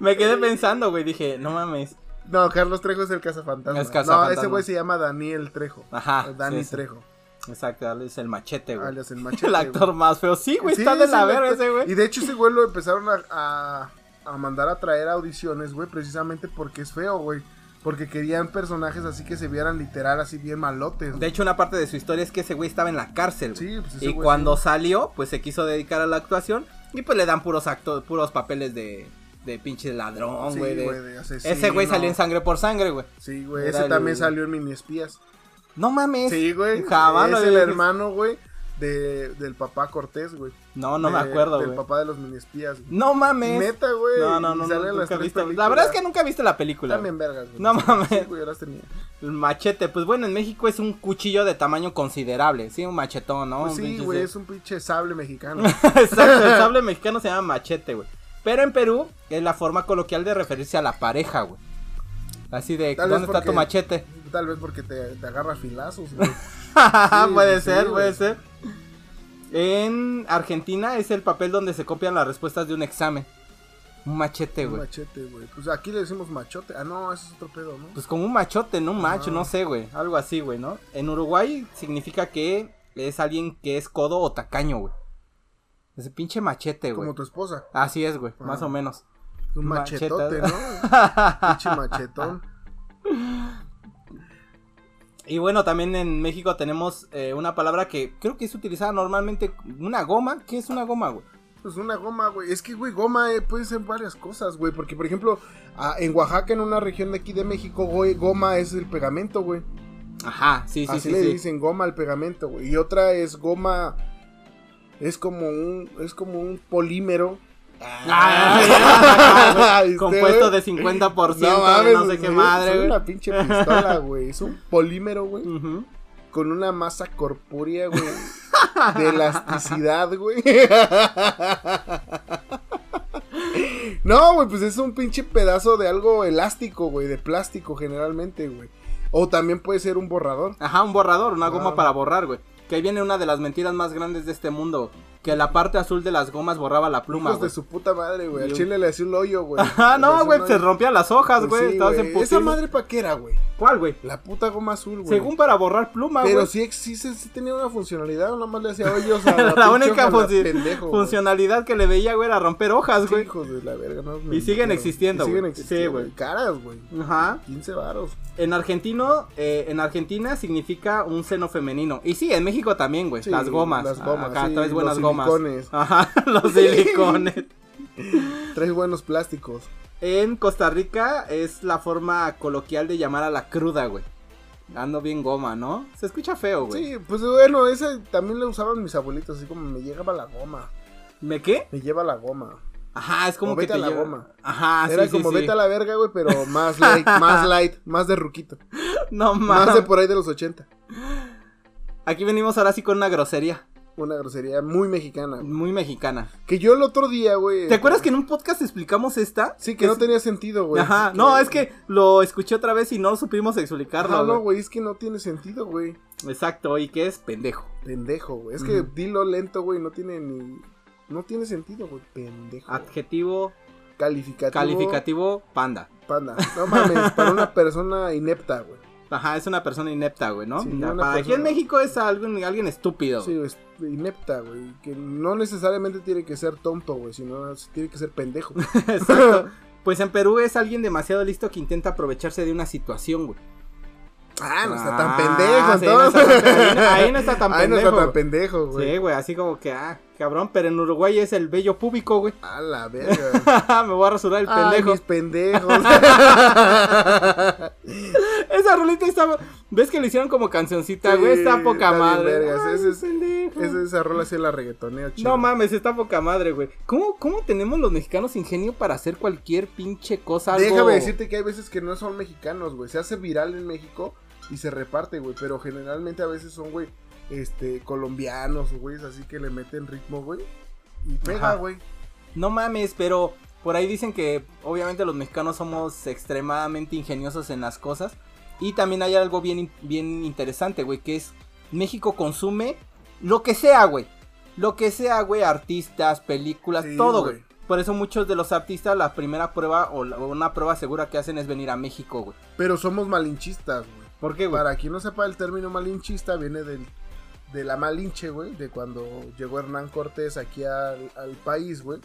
Speaker 1: Me quedé pensando, güey. Dije, no mames.
Speaker 2: No, Carlos Trejo es el cazafantasma.
Speaker 1: Es cazafantasma.
Speaker 2: No, ese güey se llama Daniel Trejo. Eh,
Speaker 1: Ajá,
Speaker 2: Dani
Speaker 1: sí, sí.
Speaker 2: Trejo.
Speaker 1: Exacto, es el machete, güey. [laughs]
Speaker 2: Alias el machete.
Speaker 1: el
Speaker 2: güey.
Speaker 1: actor más feo. Sí, güey,
Speaker 2: Sí, pues,
Speaker 1: está de
Speaker 2: es
Speaker 1: la
Speaker 2: el
Speaker 1: verga
Speaker 2: actor.
Speaker 1: ese, güey.
Speaker 2: Y de hecho ese güey lo empezaron a, a- a mandar a traer audiciones, güey, precisamente porque es feo, güey. Porque querían personajes así que se vieran literal así bien malotes.
Speaker 1: De hecho, una parte de su historia es que ese güey estaba en la cárcel. güey.
Speaker 2: Sí, pues ese
Speaker 1: y
Speaker 2: güey
Speaker 1: cuando salió, pues se quiso dedicar a la actuación. Y pues le dan puros actos, puros papeles de, de pinche ladrón,
Speaker 2: Sí,
Speaker 1: güey. de-
Speaker 2: güey, de asesino.
Speaker 1: ese güey salió en sangre por sangre, güey.
Speaker 2: Sí, güey,
Speaker 1: Era
Speaker 2: ese
Speaker 1: el-
Speaker 2: también salió en Mini Espías.
Speaker 1: No mames.
Speaker 2: Sí, güey.
Speaker 1: Jamás lo
Speaker 2: es
Speaker 1: había
Speaker 2: el
Speaker 1: visto.
Speaker 2: hermano, güey, de, del papá Cortés, güey.
Speaker 1: No, no me
Speaker 2: De-
Speaker 1: acuerdo,
Speaker 2: Del
Speaker 1: güey.
Speaker 2: papá de los Mini Espías. güey.
Speaker 1: No mames.
Speaker 2: Neta, güey.
Speaker 1: no, no,
Speaker 2: y
Speaker 1: no.
Speaker 2: sale
Speaker 1: no,
Speaker 2: en las
Speaker 1: nunca
Speaker 2: tres
Speaker 1: viste- La
Speaker 2: películas.
Speaker 1: verdad es que nunca viste la película. güey.
Speaker 2: También vergas, güey.
Speaker 1: No
Speaker 2: Sí,
Speaker 1: mames.
Speaker 2: güey, yo las tenía.
Speaker 1: El Machete, pues bueno, en México es un cuchillo de tamaño considerable, sí, un machetón, ¿no?
Speaker 2: Pues
Speaker 1: Un
Speaker 2: sí,
Speaker 1: pinche-
Speaker 2: güey, es un pinche sable mexicano.
Speaker 1: [laughs] Exacto, el sable mexicano se llama machete, güey. Pero en Perú es la forma coloquial de referirse a la pareja, güey. Así de,
Speaker 2: Tal vez
Speaker 1: ¿dónde está tu
Speaker 2: porque-
Speaker 1: machete?
Speaker 2: Tal vez porque te, te agarra filazos, güey.
Speaker 1: [laughs] puede
Speaker 2: sí,
Speaker 1: ser,
Speaker 2: güey.
Speaker 1: puede ser. En Argentina es el papel donde se copian las respuestas de un examen. Un machete,
Speaker 2: Un
Speaker 1: güey.
Speaker 2: machete, güey. Pues aquí le decimos machote. Ah, no, ese es otro pedo, ¿no?
Speaker 1: Pues como un machote, ¿no? Un macho,
Speaker 2: Ah.
Speaker 1: no sé, güey. Algo así, güey, ¿no? En Uruguay significa que es alguien que es codo o tacaño, güey. Ese pinche machete, güey.
Speaker 2: Como tu esposa.
Speaker 1: Así es, güey, más
Speaker 2: Ah.
Speaker 1: o menos.
Speaker 2: Un
Speaker 1: Machetazo.
Speaker 2: machetote, ¿no? Pinche machetón.
Speaker 1: Y bueno, también en México tenemos eh, una palabra que creo que es utilizada normalmente, una goma. ¿Qué es una goma, güey?
Speaker 2: Pues una goma, güey. Es que, güey, goma eh, puede ser varias cosas, güey. Porque, por ejemplo, ah, en Oaxaca, en una región de aquí de México, güey, goma es el pegamento, güey.
Speaker 1: Ajá, sí, sí,
Speaker 2: Así
Speaker 1: sí.
Speaker 2: le
Speaker 1: sí.
Speaker 2: dicen goma al pegamento, güey. Y otra es goma. Es como un. Es como un polímero.
Speaker 1: Ah,
Speaker 2: [laughs] Este,
Speaker 1: Compuesto
Speaker 2: güey.
Speaker 1: de 50%, de
Speaker 2: no,
Speaker 1: no,
Speaker 2: mames,
Speaker 1: sé qué
Speaker 2: güey,
Speaker 1: madre,
Speaker 2: Es
Speaker 1: güey.
Speaker 2: una pinche pistola, güey. Es un polímero, güey.
Speaker 1: Ujú.
Speaker 2: Con una masa corpórea, güey. De elasticidad, güey. [laughs] No, güey, pues es un pinche pedazo de algo elástico, güey. De plástico, generalmente, güey. O también puede ser un borrador.
Speaker 1: Ajá, un borrador, una goma
Speaker 2: Ah.
Speaker 1: para borrar, güey. Que ahí viene una de las mentiras más grandes de este mundo. Que la parte azul de las gomas borraba la pluma,
Speaker 2: Hijos de
Speaker 1: güey. [laughs]
Speaker 2: su puta madre, güey. Al
Speaker 1: Y un-
Speaker 2: chile le hacía un hoyo,
Speaker 1: [laughs]
Speaker 2: güey.
Speaker 1: Ajá,
Speaker 2: Le hacía
Speaker 1: no,
Speaker 2: un
Speaker 1: güey, se
Speaker 2: hoyo.
Speaker 1: rompían las hojas,
Speaker 2: Pues
Speaker 1: güey.
Speaker 2: sí,
Speaker 1: estabas en
Speaker 2: güey. Esa
Speaker 1: putiza.
Speaker 2: madre pa' qué era, güey.
Speaker 1: ¿Cuál, güey?
Speaker 2: La puta goma azul, güey.
Speaker 1: Según para borrar pluma, güey.
Speaker 2: Pero sí, ex- sí, sí, sí tenía una funcionalidad, o nomás le hacía hoyos
Speaker 1: [laughs]
Speaker 2: a la,
Speaker 1: la,
Speaker 2: pinche
Speaker 1: única
Speaker 2: hoja, la
Speaker 1: funci-
Speaker 2: pendejo, güey.
Speaker 1: funcionalidad que le veía, güey, era romper hojas,
Speaker 2: Sí,
Speaker 1: güey.
Speaker 2: hijos de la verga, no,
Speaker 1: Y siguen
Speaker 2: no,
Speaker 1: existiendo,
Speaker 2: y siguen
Speaker 1: güey. Sí,
Speaker 2: existiendo,
Speaker 1: güey.
Speaker 2: güey. Caras, güey.
Speaker 1: Ajá.
Speaker 2: 15 varos.
Speaker 1: En argentino, eh, en Argentina significa un seno femenino. Y sí, en México también, güey.
Speaker 2: Sí,
Speaker 1: las gomas.
Speaker 2: las gomas,
Speaker 1: Acá
Speaker 2: sí,
Speaker 1: traes
Speaker 2: los
Speaker 1: buenas gomas.
Speaker 2: silicones.
Speaker 1: Ajá, [laughs] los silicones.
Speaker 2: Tres buenos plásticos.
Speaker 1: en Costa Rica es la forma coloquial de llamar a la cruda, güey. Ando bien goma, ¿no? Se escucha feo, güey.
Speaker 2: Sí, pues bueno, ese también lo usaban mis abuelitos, así como me llegaba la goma.
Speaker 1: ¿Me qué?
Speaker 2: Me lleva la goma.
Speaker 1: Ajá, es como
Speaker 2: O
Speaker 1: que
Speaker 2: vete
Speaker 1: te
Speaker 2: a la
Speaker 1: lleva-
Speaker 2: goma.
Speaker 1: Ajá,
Speaker 2: Era
Speaker 1: Ah, sí, sí,
Speaker 2: como
Speaker 1: sí.
Speaker 2: vete a la verga, güey, pero más light, más light, más de ruquito.
Speaker 1: [laughs] No
Speaker 2: Más de
Speaker 1: mames.
Speaker 2: por ahí de los 80.
Speaker 1: Aquí venimos ahora sí con una grosería
Speaker 2: Una grosería muy mexicana. güey.
Speaker 1: muy mexicana.
Speaker 2: Que yo el otro día, güey.
Speaker 1: ¿Te acuerdas que en un podcast explicamos esta?
Speaker 2: Sí, que no tenía sentido, güey.
Speaker 1: Ajá, no, es que lo escuché otra vez y no supimos explicarlo.
Speaker 2: Ajá,
Speaker 1: güey.
Speaker 2: no, güey, es que no tiene sentido, güey.
Speaker 1: Exacto, y que es pendejo.
Speaker 2: Pendejo, güey. Es que
Speaker 1: Ujú.
Speaker 2: dilo lento, güey, no tiene ni. No tiene sentido, güey. Pendejo.
Speaker 1: Adjetivo
Speaker 2: Calificativo.
Speaker 1: Calificativo panda.
Speaker 2: Panda. No mames, para
Speaker 1: [laughs]
Speaker 2: una persona inepta, güey.
Speaker 1: Ajá, es una persona inepta, güey, ¿no?
Speaker 2: Sí,
Speaker 1: Ya,
Speaker 2: una
Speaker 1: para aquí en
Speaker 2: persona-
Speaker 1: México es alguien, alguien estúpido.
Speaker 2: Sí, güey, es inepta, güey. Que no necesariamente tiene que ser tonto, güey, sino es- tiene que ser
Speaker 1: [laughs]
Speaker 2: pendejo.
Speaker 1: [laughs] Exacto. Pues en Perú es alguien demasiado listo que intenta aprovecharse de una situación, güey.
Speaker 2: ah, no está
Speaker 1: Ah,
Speaker 2: tan pendejo,
Speaker 1: sí, no está
Speaker 2: entonces.
Speaker 1: tan- ahí no está tan
Speaker 2: [laughs] Ahí no está
Speaker 1: pendejo,
Speaker 2: tan
Speaker 1: güey.
Speaker 2: pendejo, güey.
Speaker 1: Sí, güey, así como que, ah, cabrón, pero en Uruguay es el bello púbico, güey. [laughs]
Speaker 2: A la verga.
Speaker 1: Me voy a rasurar [laughs] el
Speaker 2: Ay,
Speaker 1: pendejo.
Speaker 2: mis pendejos.
Speaker 1: [laughs] Esa rolita está. ¿Ves que lo hicieron como cancioncita,
Speaker 2: Sí,
Speaker 1: güey? Está poca
Speaker 2: está bien
Speaker 1: madre.
Speaker 2: vergas,
Speaker 1: Ay,
Speaker 2: ese es-
Speaker 1: pendejo.
Speaker 2: Esa, esa rola sí la reggaetoneo, chido.
Speaker 1: No mames, está poca madre, güey. ¿Cómo, ¿Cómo tenemos los mexicanos ingenio para hacer cualquier pinche cosa? Algo...
Speaker 2: Déjame decirte que hay veces que no son mexicanos, güey. Se hace viral en México y se reparte, güey. Pero generalmente a veces son, güey, este, colombianos o güeyes así que le meten ritmo, güey. Y pega,
Speaker 1: Ajá.
Speaker 2: güey.
Speaker 1: No mames, pero por ahí dicen que obviamente los mexicanos somos extremadamente ingeniosos en las cosas. Y también hay algo bien, in- bien interesante, güey, que es México consume lo que sea, güey. Lo que sea, güey, artistas, películas,
Speaker 2: Sí,
Speaker 1: todo,
Speaker 2: güey.
Speaker 1: güey. Por eso muchos de los artistas la primera prueba o la- o una prueba segura que hacen es venir a México, güey.
Speaker 2: Pero somos malinchistas, güey.
Speaker 1: ¿Por qué, güey?
Speaker 2: Para quien no sepa, el término malinchista viene del, de la malinche, güey, de cuando llegó Hernán Cortés aquí al, al país, güey.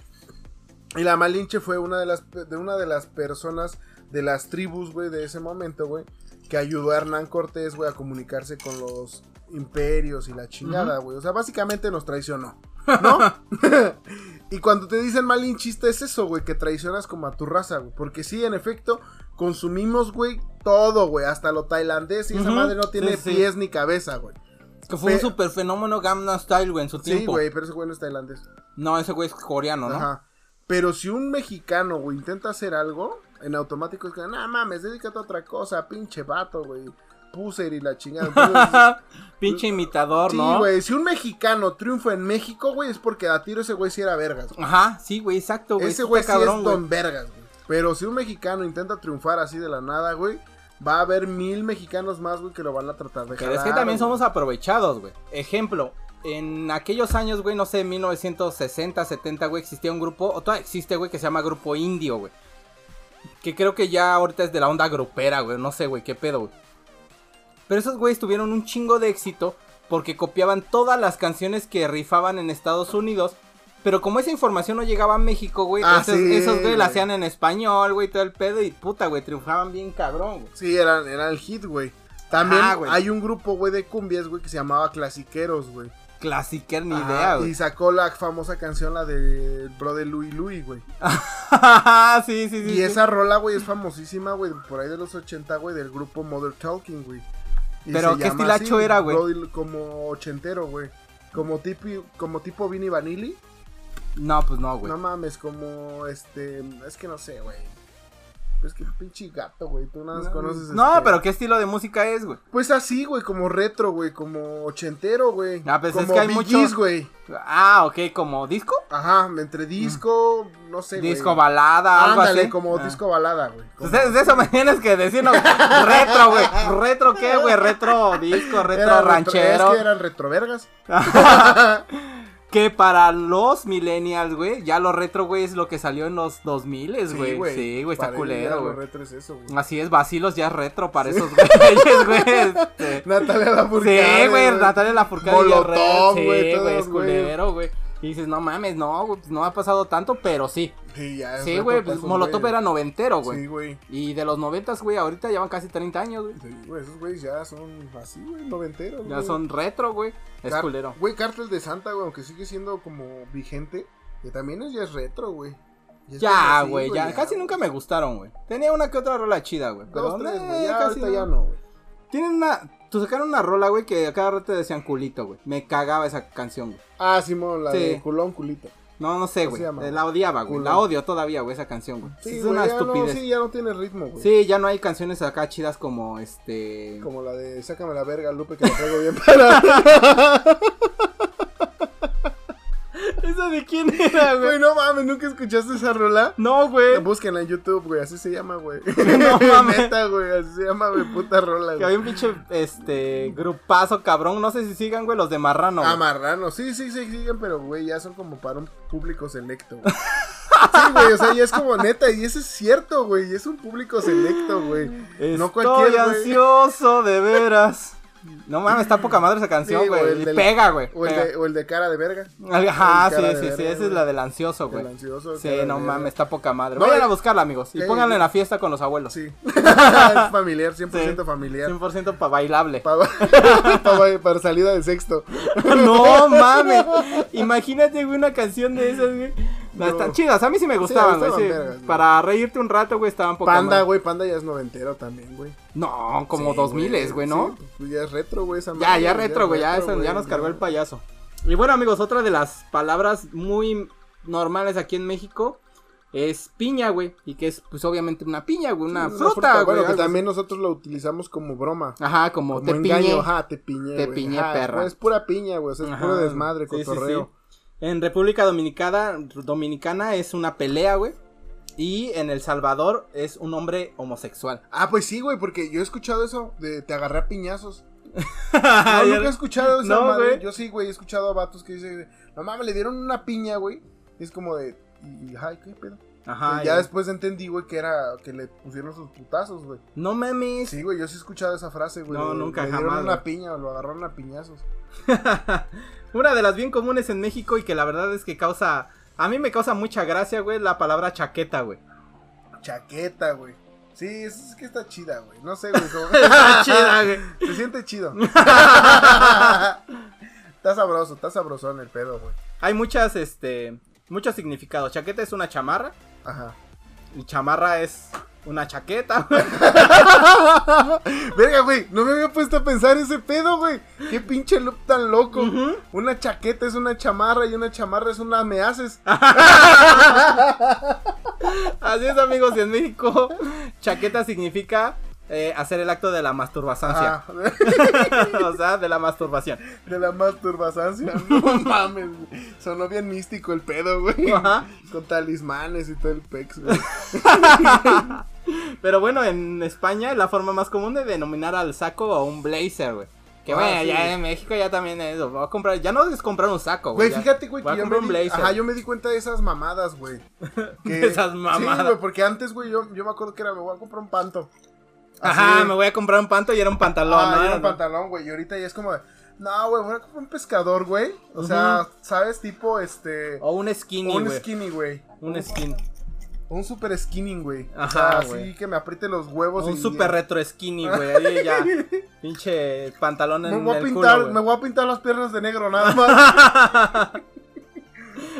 Speaker 2: Y la malinche fue una de las, pe- de una de las personas de las tribus, güey, de ese momento, güey, que ayudó a Hernán Cortés, güey, a comunicarse con los imperios y la chingada, güey. O sea, básicamente nos traicionó, ¿no? y cuando te dicen malinchista es eso, güey, que traicionas como a tu raza, güey. Porque sí, en efecto, consumimos, güey, todo, güey, hasta lo tailandés y esa
Speaker 1: Ujú.
Speaker 2: madre no tiene
Speaker 1: Sí, sí.
Speaker 2: pies ni cabeza, güey.
Speaker 1: Que fue un
Speaker 2: Pe-
Speaker 1: super fenómeno Gamma Style, güey, en su
Speaker 2: Sí,
Speaker 1: tiempo.
Speaker 2: güey, pero ese güey no es tailandés.
Speaker 1: no, ese güey es coreano, ¿no?
Speaker 2: Ajá. Pero si un mexicano, güey, intenta hacer algo, en automático es que, no mames, dedícate a otra cosa, pinche vato, güey. Puser y la chingada.
Speaker 1: [laughs]
Speaker 2: Entonces,
Speaker 1: Pinche imitador,
Speaker 2: sí,
Speaker 1: ¿no?
Speaker 2: güey, si un mexicano triunfa en México, güey, es porque a tiro ese güey sí era vergas. güey.
Speaker 1: Ajá, sí, güey, exacto, güey.
Speaker 2: Ese
Speaker 1: está
Speaker 2: güey sí es
Speaker 1: cabrón, güey.
Speaker 2: don vergas, güey. Pero si un mexicano intenta triunfar así de la nada, güey, va a haber mil mexicanos más, güey, que lo van a tratar de
Speaker 1: Pero es que
Speaker 2: jalar,
Speaker 1: también
Speaker 2: güey.
Speaker 1: somos aprovechados, güey. Ejemplo, en aquellos años, güey, no sé, 1960, 70, güey, existía un grupo, o todavía existe, güey, que se llama Grupo Indio, güey. Que creo que ya ahorita es de la onda grupera, güey, no sé, güey, qué pedo, güey. Pero esos güeyes tuvieron un chingo de éxito porque copiaban todas las canciones que rifaban en Estados Unidos. Pero como esa información no llegaba a México, güey,
Speaker 2: Ah,
Speaker 1: esos,
Speaker 2: sí,
Speaker 1: esos güey la
Speaker 2: güey.
Speaker 1: hacían en español, güey, todo el pedo y puta, güey, triunfaban bien cabrón, güey.
Speaker 2: Sí, era, era el hit, güey. También
Speaker 1: Ah, güey.
Speaker 2: hay un grupo, güey, de cumbias, güey, que se llamaba Clasiqueros, güey.
Speaker 1: Clasiquer ni
Speaker 2: Ajá,
Speaker 1: idea, güey.
Speaker 2: Y sacó la famosa canción, la de Brother Louis Louis, güey.
Speaker 1: [laughs] sí, sí, sí.
Speaker 2: y
Speaker 1: sí.
Speaker 2: esa rola, güey, es famosísima, güey, por ahí de los 80, güey, del grupo Mother Talking, güey. Y
Speaker 1: Pero,
Speaker 2: se
Speaker 1: ¿qué
Speaker 2: llama
Speaker 1: estilacho
Speaker 2: así,
Speaker 1: era, güey?
Speaker 2: Brody- como ochentero, güey. Como, tipi, como tipo Vini Vanilli.
Speaker 1: No, pues no, güey.
Speaker 2: No mames, como este. Es que no sé, güey. Es que pinche gato, güey. Tú nada más conoces.
Speaker 1: No,
Speaker 2: este-
Speaker 1: pero ¿qué estilo de música es, güey?
Speaker 2: Pues así, güey, como retro, güey, como ochentero, güey.
Speaker 1: Ah, pues es
Speaker 2: como
Speaker 1: que hay
Speaker 2: Bee
Speaker 1: mucho-
Speaker 2: Gees, güey.
Speaker 1: Ah, ok, como disco.
Speaker 2: Ajá, entre disco, no sé, güey.
Speaker 1: Disco balada, algo
Speaker 2: Ándale,
Speaker 1: así.
Speaker 2: como
Speaker 1: Ah.
Speaker 2: disco balada, güey. Como-
Speaker 1: Pues es- eso me [laughs] tienes que decir, no. Retro, güey. ¿Retro qué, güey? Retro disco, retro
Speaker 2: Era
Speaker 1: ranchero.
Speaker 2: Es que eran retrovergas.
Speaker 1: Que para los millennials, güey, ya lo retro, güey, es lo que salió en los 2000, Pues, güey. Sí, güey, está
Speaker 2: Para ellos ya
Speaker 1: culero,
Speaker 2: lo
Speaker 1: güey.
Speaker 2: retro es eso, güey.
Speaker 1: Así es, vacilos ya es retro para esos güeyes, güey. Este.
Speaker 2: [laughs] Natalia Lafourcade.
Speaker 1: Sí, güey, Natalia Lafourcade y
Speaker 2: Molotov,
Speaker 1: Guerrero,
Speaker 2: güey,
Speaker 1: Sí,
Speaker 2: todos,
Speaker 1: güey, es
Speaker 2: güey.
Speaker 1: culero, güey. Y dices, no mames, no, güey, pues no ha pasado tanto, pero sí.
Speaker 2: Sí, ya es
Speaker 1: Sí,
Speaker 2: retro
Speaker 1: güey,
Speaker 2: para
Speaker 1: pues
Speaker 2: esos
Speaker 1: Molotov
Speaker 2: güeyes.
Speaker 1: era noventero, güey.
Speaker 2: Sí, güey.
Speaker 1: Y de los noventas, güey, ahorita llevan casi 30 años, güey.
Speaker 2: Sí, güey, esos güeyes ya son así, güey, noventeros.
Speaker 1: Ya
Speaker 2: güey.
Speaker 1: son retro, güey. Es
Speaker 2: Car-
Speaker 1: culero.
Speaker 2: Güey, Cártel de Santa, güey, aunque sigue siendo como vigente, que también es, ya es retro, güey. es como
Speaker 1: Ya,
Speaker 2: así,
Speaker 1: güey, ya. Casi nunca me gustaron, güey. Tenía una que otra rola chida, güey. Pero
Speaker 2: Dos, tres, güey,
Speaker 1: eh,
Speaker 2: ya,
Speaker 1: casi
Speaker 2: ahorita ya no, güey.
Speaker 1: Tienen una... Tú sacaron una rola, güey, que a cada rato decían culito, güey. Me cagaba esa canción, güey.
Speaker 2: Ah, Simón, la
Speaker 1: Sí.
Speaker 2: de culón, culito.
Speaker 1: No, no sé,
Speaker 2: ¿Cómo
Speaker 1: güey.
Speaker 2: se llama?
Speaker 1: Eh, La odiaba, güey. La
Speaker 2: Culo.
Speaker 1: odio todavía, güey, esa canción, güey.
Speaker 2: Sí,
Speaker 1: es
Speaker 2: güey,
Speaker 1: una
Speaker 2: ya no,
Speaker 1: estupidez.
Speaker 2: sí, ya no tiene ritmo, güey.
Speaker 1: Sí, ya no hay canciones acá chidas como este.
Speaker 2: Como la de Sácame la verga, Lupe, que la traigo bien
Speaker 1: [laughs]
Speaker 2: [laughs] para.
Speaker 1: ¿Esa de quién era,
Speaker 2: güey, no mames, nunca escuchaste esa rola.
Speaker 1: No, güey.
Speaker 2: Búsquenla en YouTube, güey, así se llama,
Speaker 1: [laughs]
Speaker 2: güey. [laughs]
Speaker 1: No mames.
Speaker 2: Neta, güey, así se llama, güey, puta rola,
Speaker 1: Que había
Speaker 2: güey.
Speaker 1: un pinche este grupazo cabrón. No sé si sigan, güey, los de
Speaker 2: Ah,
Speaker 1: Marrano. güey.
Speaker 2: Amarrano, sí, sí, sí, siguen, pero, güey, ya son como para un público selecto. güey. Sí, güey, o sea, y es como neta, y eso es cierto, güey, y es un público selecto, güey. No cualquier,
Speaker 1: Estoy
Speaker 2: güey.
Speaker 1: ansioso, de veras. No mames, está poca madre esa canción,
Speaker 2: Sí, o
Speaker 1: güey.
Speaker 2: el
Speaker 1: y
Speaker 2: del-
Speaker 1: pega, güey.
Speaker 2: O el,
Speaker 1: pega.
Speaker 2: de, o el de cara de verga.
Speaker 1: Ajá,
Speaker 2: el
Speaker 1: sí,
Speaker 2: cara de
Speaker 1: sí, sí.
Speaker 2: verga,
Speaker 1: Esa es
Speaker 2: güey.
Speaker 1: la del ansioso, güey.
Speaker 2: El ansioso,
Speaker 1: Sí,
Speaker 2: cara de
Speaker 1: no
Speaker 2: verga.
Speaker 1: mames, está poca madre.
Speaker 2: No,
Speaker 1: Vayan
Speaker 2: eh,
Speaker 1: a buscarla, amigos. Y
Speaker 2: eh,
Speaker 1: pónganla en
Speaker 2: eh.
Speaker 1: la fiesta con los abuelos.
Speaker 2: Sí. [laughs] es familiar, 100%
Speaker 1: Sí.
Speaker 2: familiar.
Speaker 1: 100% para bailable.
Speaker 2: [laughs] Para, para, para salida de sexto.
Speaker 1: [laughs] no mames. Imagínate, güey, una canción de esas, güey. No,
Speaker 2: No.
Speaker 1: Están chidas, a mí sí me gustaban, güey.
Speaker 2: estaban
Speaker 1: sí.
Speaker 2: vergas, güey.
Speaker 1: Para reírte un rato, güey, estaban poca
Speaker 2: Panda,
Speaker 1: madre.
Speaker 2: güey, Panda ya es noventero también, güey.
Speaker 1: No, como
Speaker 2: Sí,
Speaker 1: dos miles, güey, ¿no?
Speaker 2: Sí, pues ya es retro, güey, esa
Speaker 1: Ya,
Speaker 2: madre,
Speaker 1: ya retro, güey, ya,
Speaker 2: retro,
Speaker 1: eso- ya
Speaker 2: güey,
Speaker 1: nos cargó el payaso. Y bueno, amigos, otra de las palabras muy normales aquí en México es piña, güey. Y que es, pues, obviamente una piña, güey, una
Speaker 2: Sí,
Speaker 1: fruta, güey.
Speaker 2: Bueno, que
Speaker 1: algo
Speaker 2: también nosotros lo utilizamos como broma.
Speaker 1: así. Ajá, como,
Speaker 2: Como
Speaker 1: te
Speaker 2: engaño,
Speaker 1: piñé.
Speaker 2: ajá, te piñé.
Speaker 1: Te
Speaker 2: güey,
Speaker 1: piñé,
Speaker 2: ajá,
Speaker 1: perra.
Speaker 2: güey, Es pura piña, güey, o sea, es
Speaker 1: Ajá,
Speaker 2: puro desmadre,
Speaker 1: sí, sí, sí.
Speaker 2: cotorreo.
Speaker 1: En República Dominicana, Dominicana es una pelea, güey. Y en El Salvador es un hombre
Speaker 2: [laughs]
Speaker 1: homosexual.
Speaker 2: Ah, pues sí, güey, porque yo he escuchado eso de te agarré a
Speaker 1: [laughs]
Speaker 2: piñazos.
Speaker 1: Ya-
Speaker 2: No, nunca he escuchado esa
Speaker 1: No,
Speaker 2: madre.
Speaker 1: güey.
Speaker 2: Yo sí, güey, he escuchado a vatos que dicen, no mames, le dieron una piña, güey. Y es como de, y, y, ay, qué pedo.
Speaker 1: Ajá.
Speaker 2: Y
Speaker 1: ya.
Speaker 2: ya después entendí, güey, que era que le pusieron sus putazos, güey.
Speaker 1: No mames.
Speaker 2: Sí, güey, yo sí he escuchado esa frase, güey.
Speaker 1: No,
Speaker 2: de,
Speaker 1: nunca,
Speaker 2: Le dieron
Speaker 1: jamás,
Speaker 2: una
Speaker 1: güey.
Speaker 2: piña, lo agarraron a piñazos.
Speaker 1: [laughs] Una de las bien comunes en México y que la verdad es que causa. A mí me causa mucha gracia, güey, la palabra chaqueta,
Speaker 2: [laughs]
Speaker 1: güey.
Speaker 2: Chaqueta, güey. Sí, es, es que está chida, güey. No sé, güey. [laughs] Como...
Speaker 1: Está Ah, chida, güey.
Speaker 2: Se siente [laughs] chido. está sabroso, está sabrosón el pedo, güey.
Speaker 1: Hay muchas, este. Muchos significados. Chaqueta es una chamarra.
Speaker 2: Ajá.
Speaker 1: Y chamarra es una chaqueta, güey.
Speaker 2: Verga, güey, no me había puesto a pensar ese pedo, güey. Qué pinche look tan loco.
Speaker 1: Ujú.
Speaker 2: Una chaqueta es una chamarra y una chamarra es una me haces.
Speaker 1: Así es, amigos, y en México, chaqueta significa eh, hacer el acto de la masturbación.
Speaker 2: Ah,
Speaker 1: [laughs] o sea, de la masturbación.
Speaker 2: [laughs] de la masturbación. [laughs] No mames, güey. Sonó bien místico el pedo, [laughs] güey.
Speaker 1: Ajá.
Speaker 2: Con talismanes y todo el pex, güey.
Speaker 1: Pero bueno, en España la forma más común de denominar al saco o un blazer, güey. Que
Speaker 2: Ah,
Speaker 1: bueno,
Speaker 2: sí,
Speaker 1: ya
Speaker 2: güey.
Speaker 1: en México ya también es. Voy a comprar, ya no es comprar un saco, güey.
Speaker 2: Güey,
Speaker 1: ya.
Speaker 2: fíjate, güey,
Speaker 1: Voy a
Speaker 2: que yo
Speaker 1: comprar un
Speaker 2: me, di,
Speaker 1: blazer.
Speaker 2: ajá, yo me di cuenta de esas mamadas,
Speaker 1: [laughs]
Speaker 2: güey.
Speaker 1: De esas mamadas.
Speaker 2: Sí, güey, porque antes, güey, yo, yo me acuerdo que era, me voy a comprar un panto.
Speaker 1: Ajá,
Speaker 2: Así.
Speaker 1: me voy a comprar un panto y era un pantalón,
Speaker 2: Ah,
Speaker 1: ¿no?
Speaker 2: era un pantalón, güey. Y ahorita ya es como, de, no, güey, voy a comprar un pescador, güey. O sea, ¿sabes? Tipo, este.
Speaker 1: O un Oh, skinny,
Speaker 2: un
Speaker 1: güey.
Speaker 2: skinny, güey.
Speaker 1: Un skin.
Speaker 2: Un super skinny, güey. O
Speaker 1: Ajá,
Speaker 2: sea,
Speaker 1: güey.
Speaker 2: así que me apriete los huevos.
Speaker 1: Un
Speaker 2: y-
Speaker 1: super retro skinny, güey. Ahí
Speaker 2: [laughs]
Speaker 1: ya. Pinche pantalón en
Speaker 2: Me voy, a
Speaker 1: el
Speaker 2: pintar,
Speaker 1: culo, güey.
Speaker 2: me voy a pintar las piernas de negro,
Speaker 1: [laughs]
Speaker 2: nada más.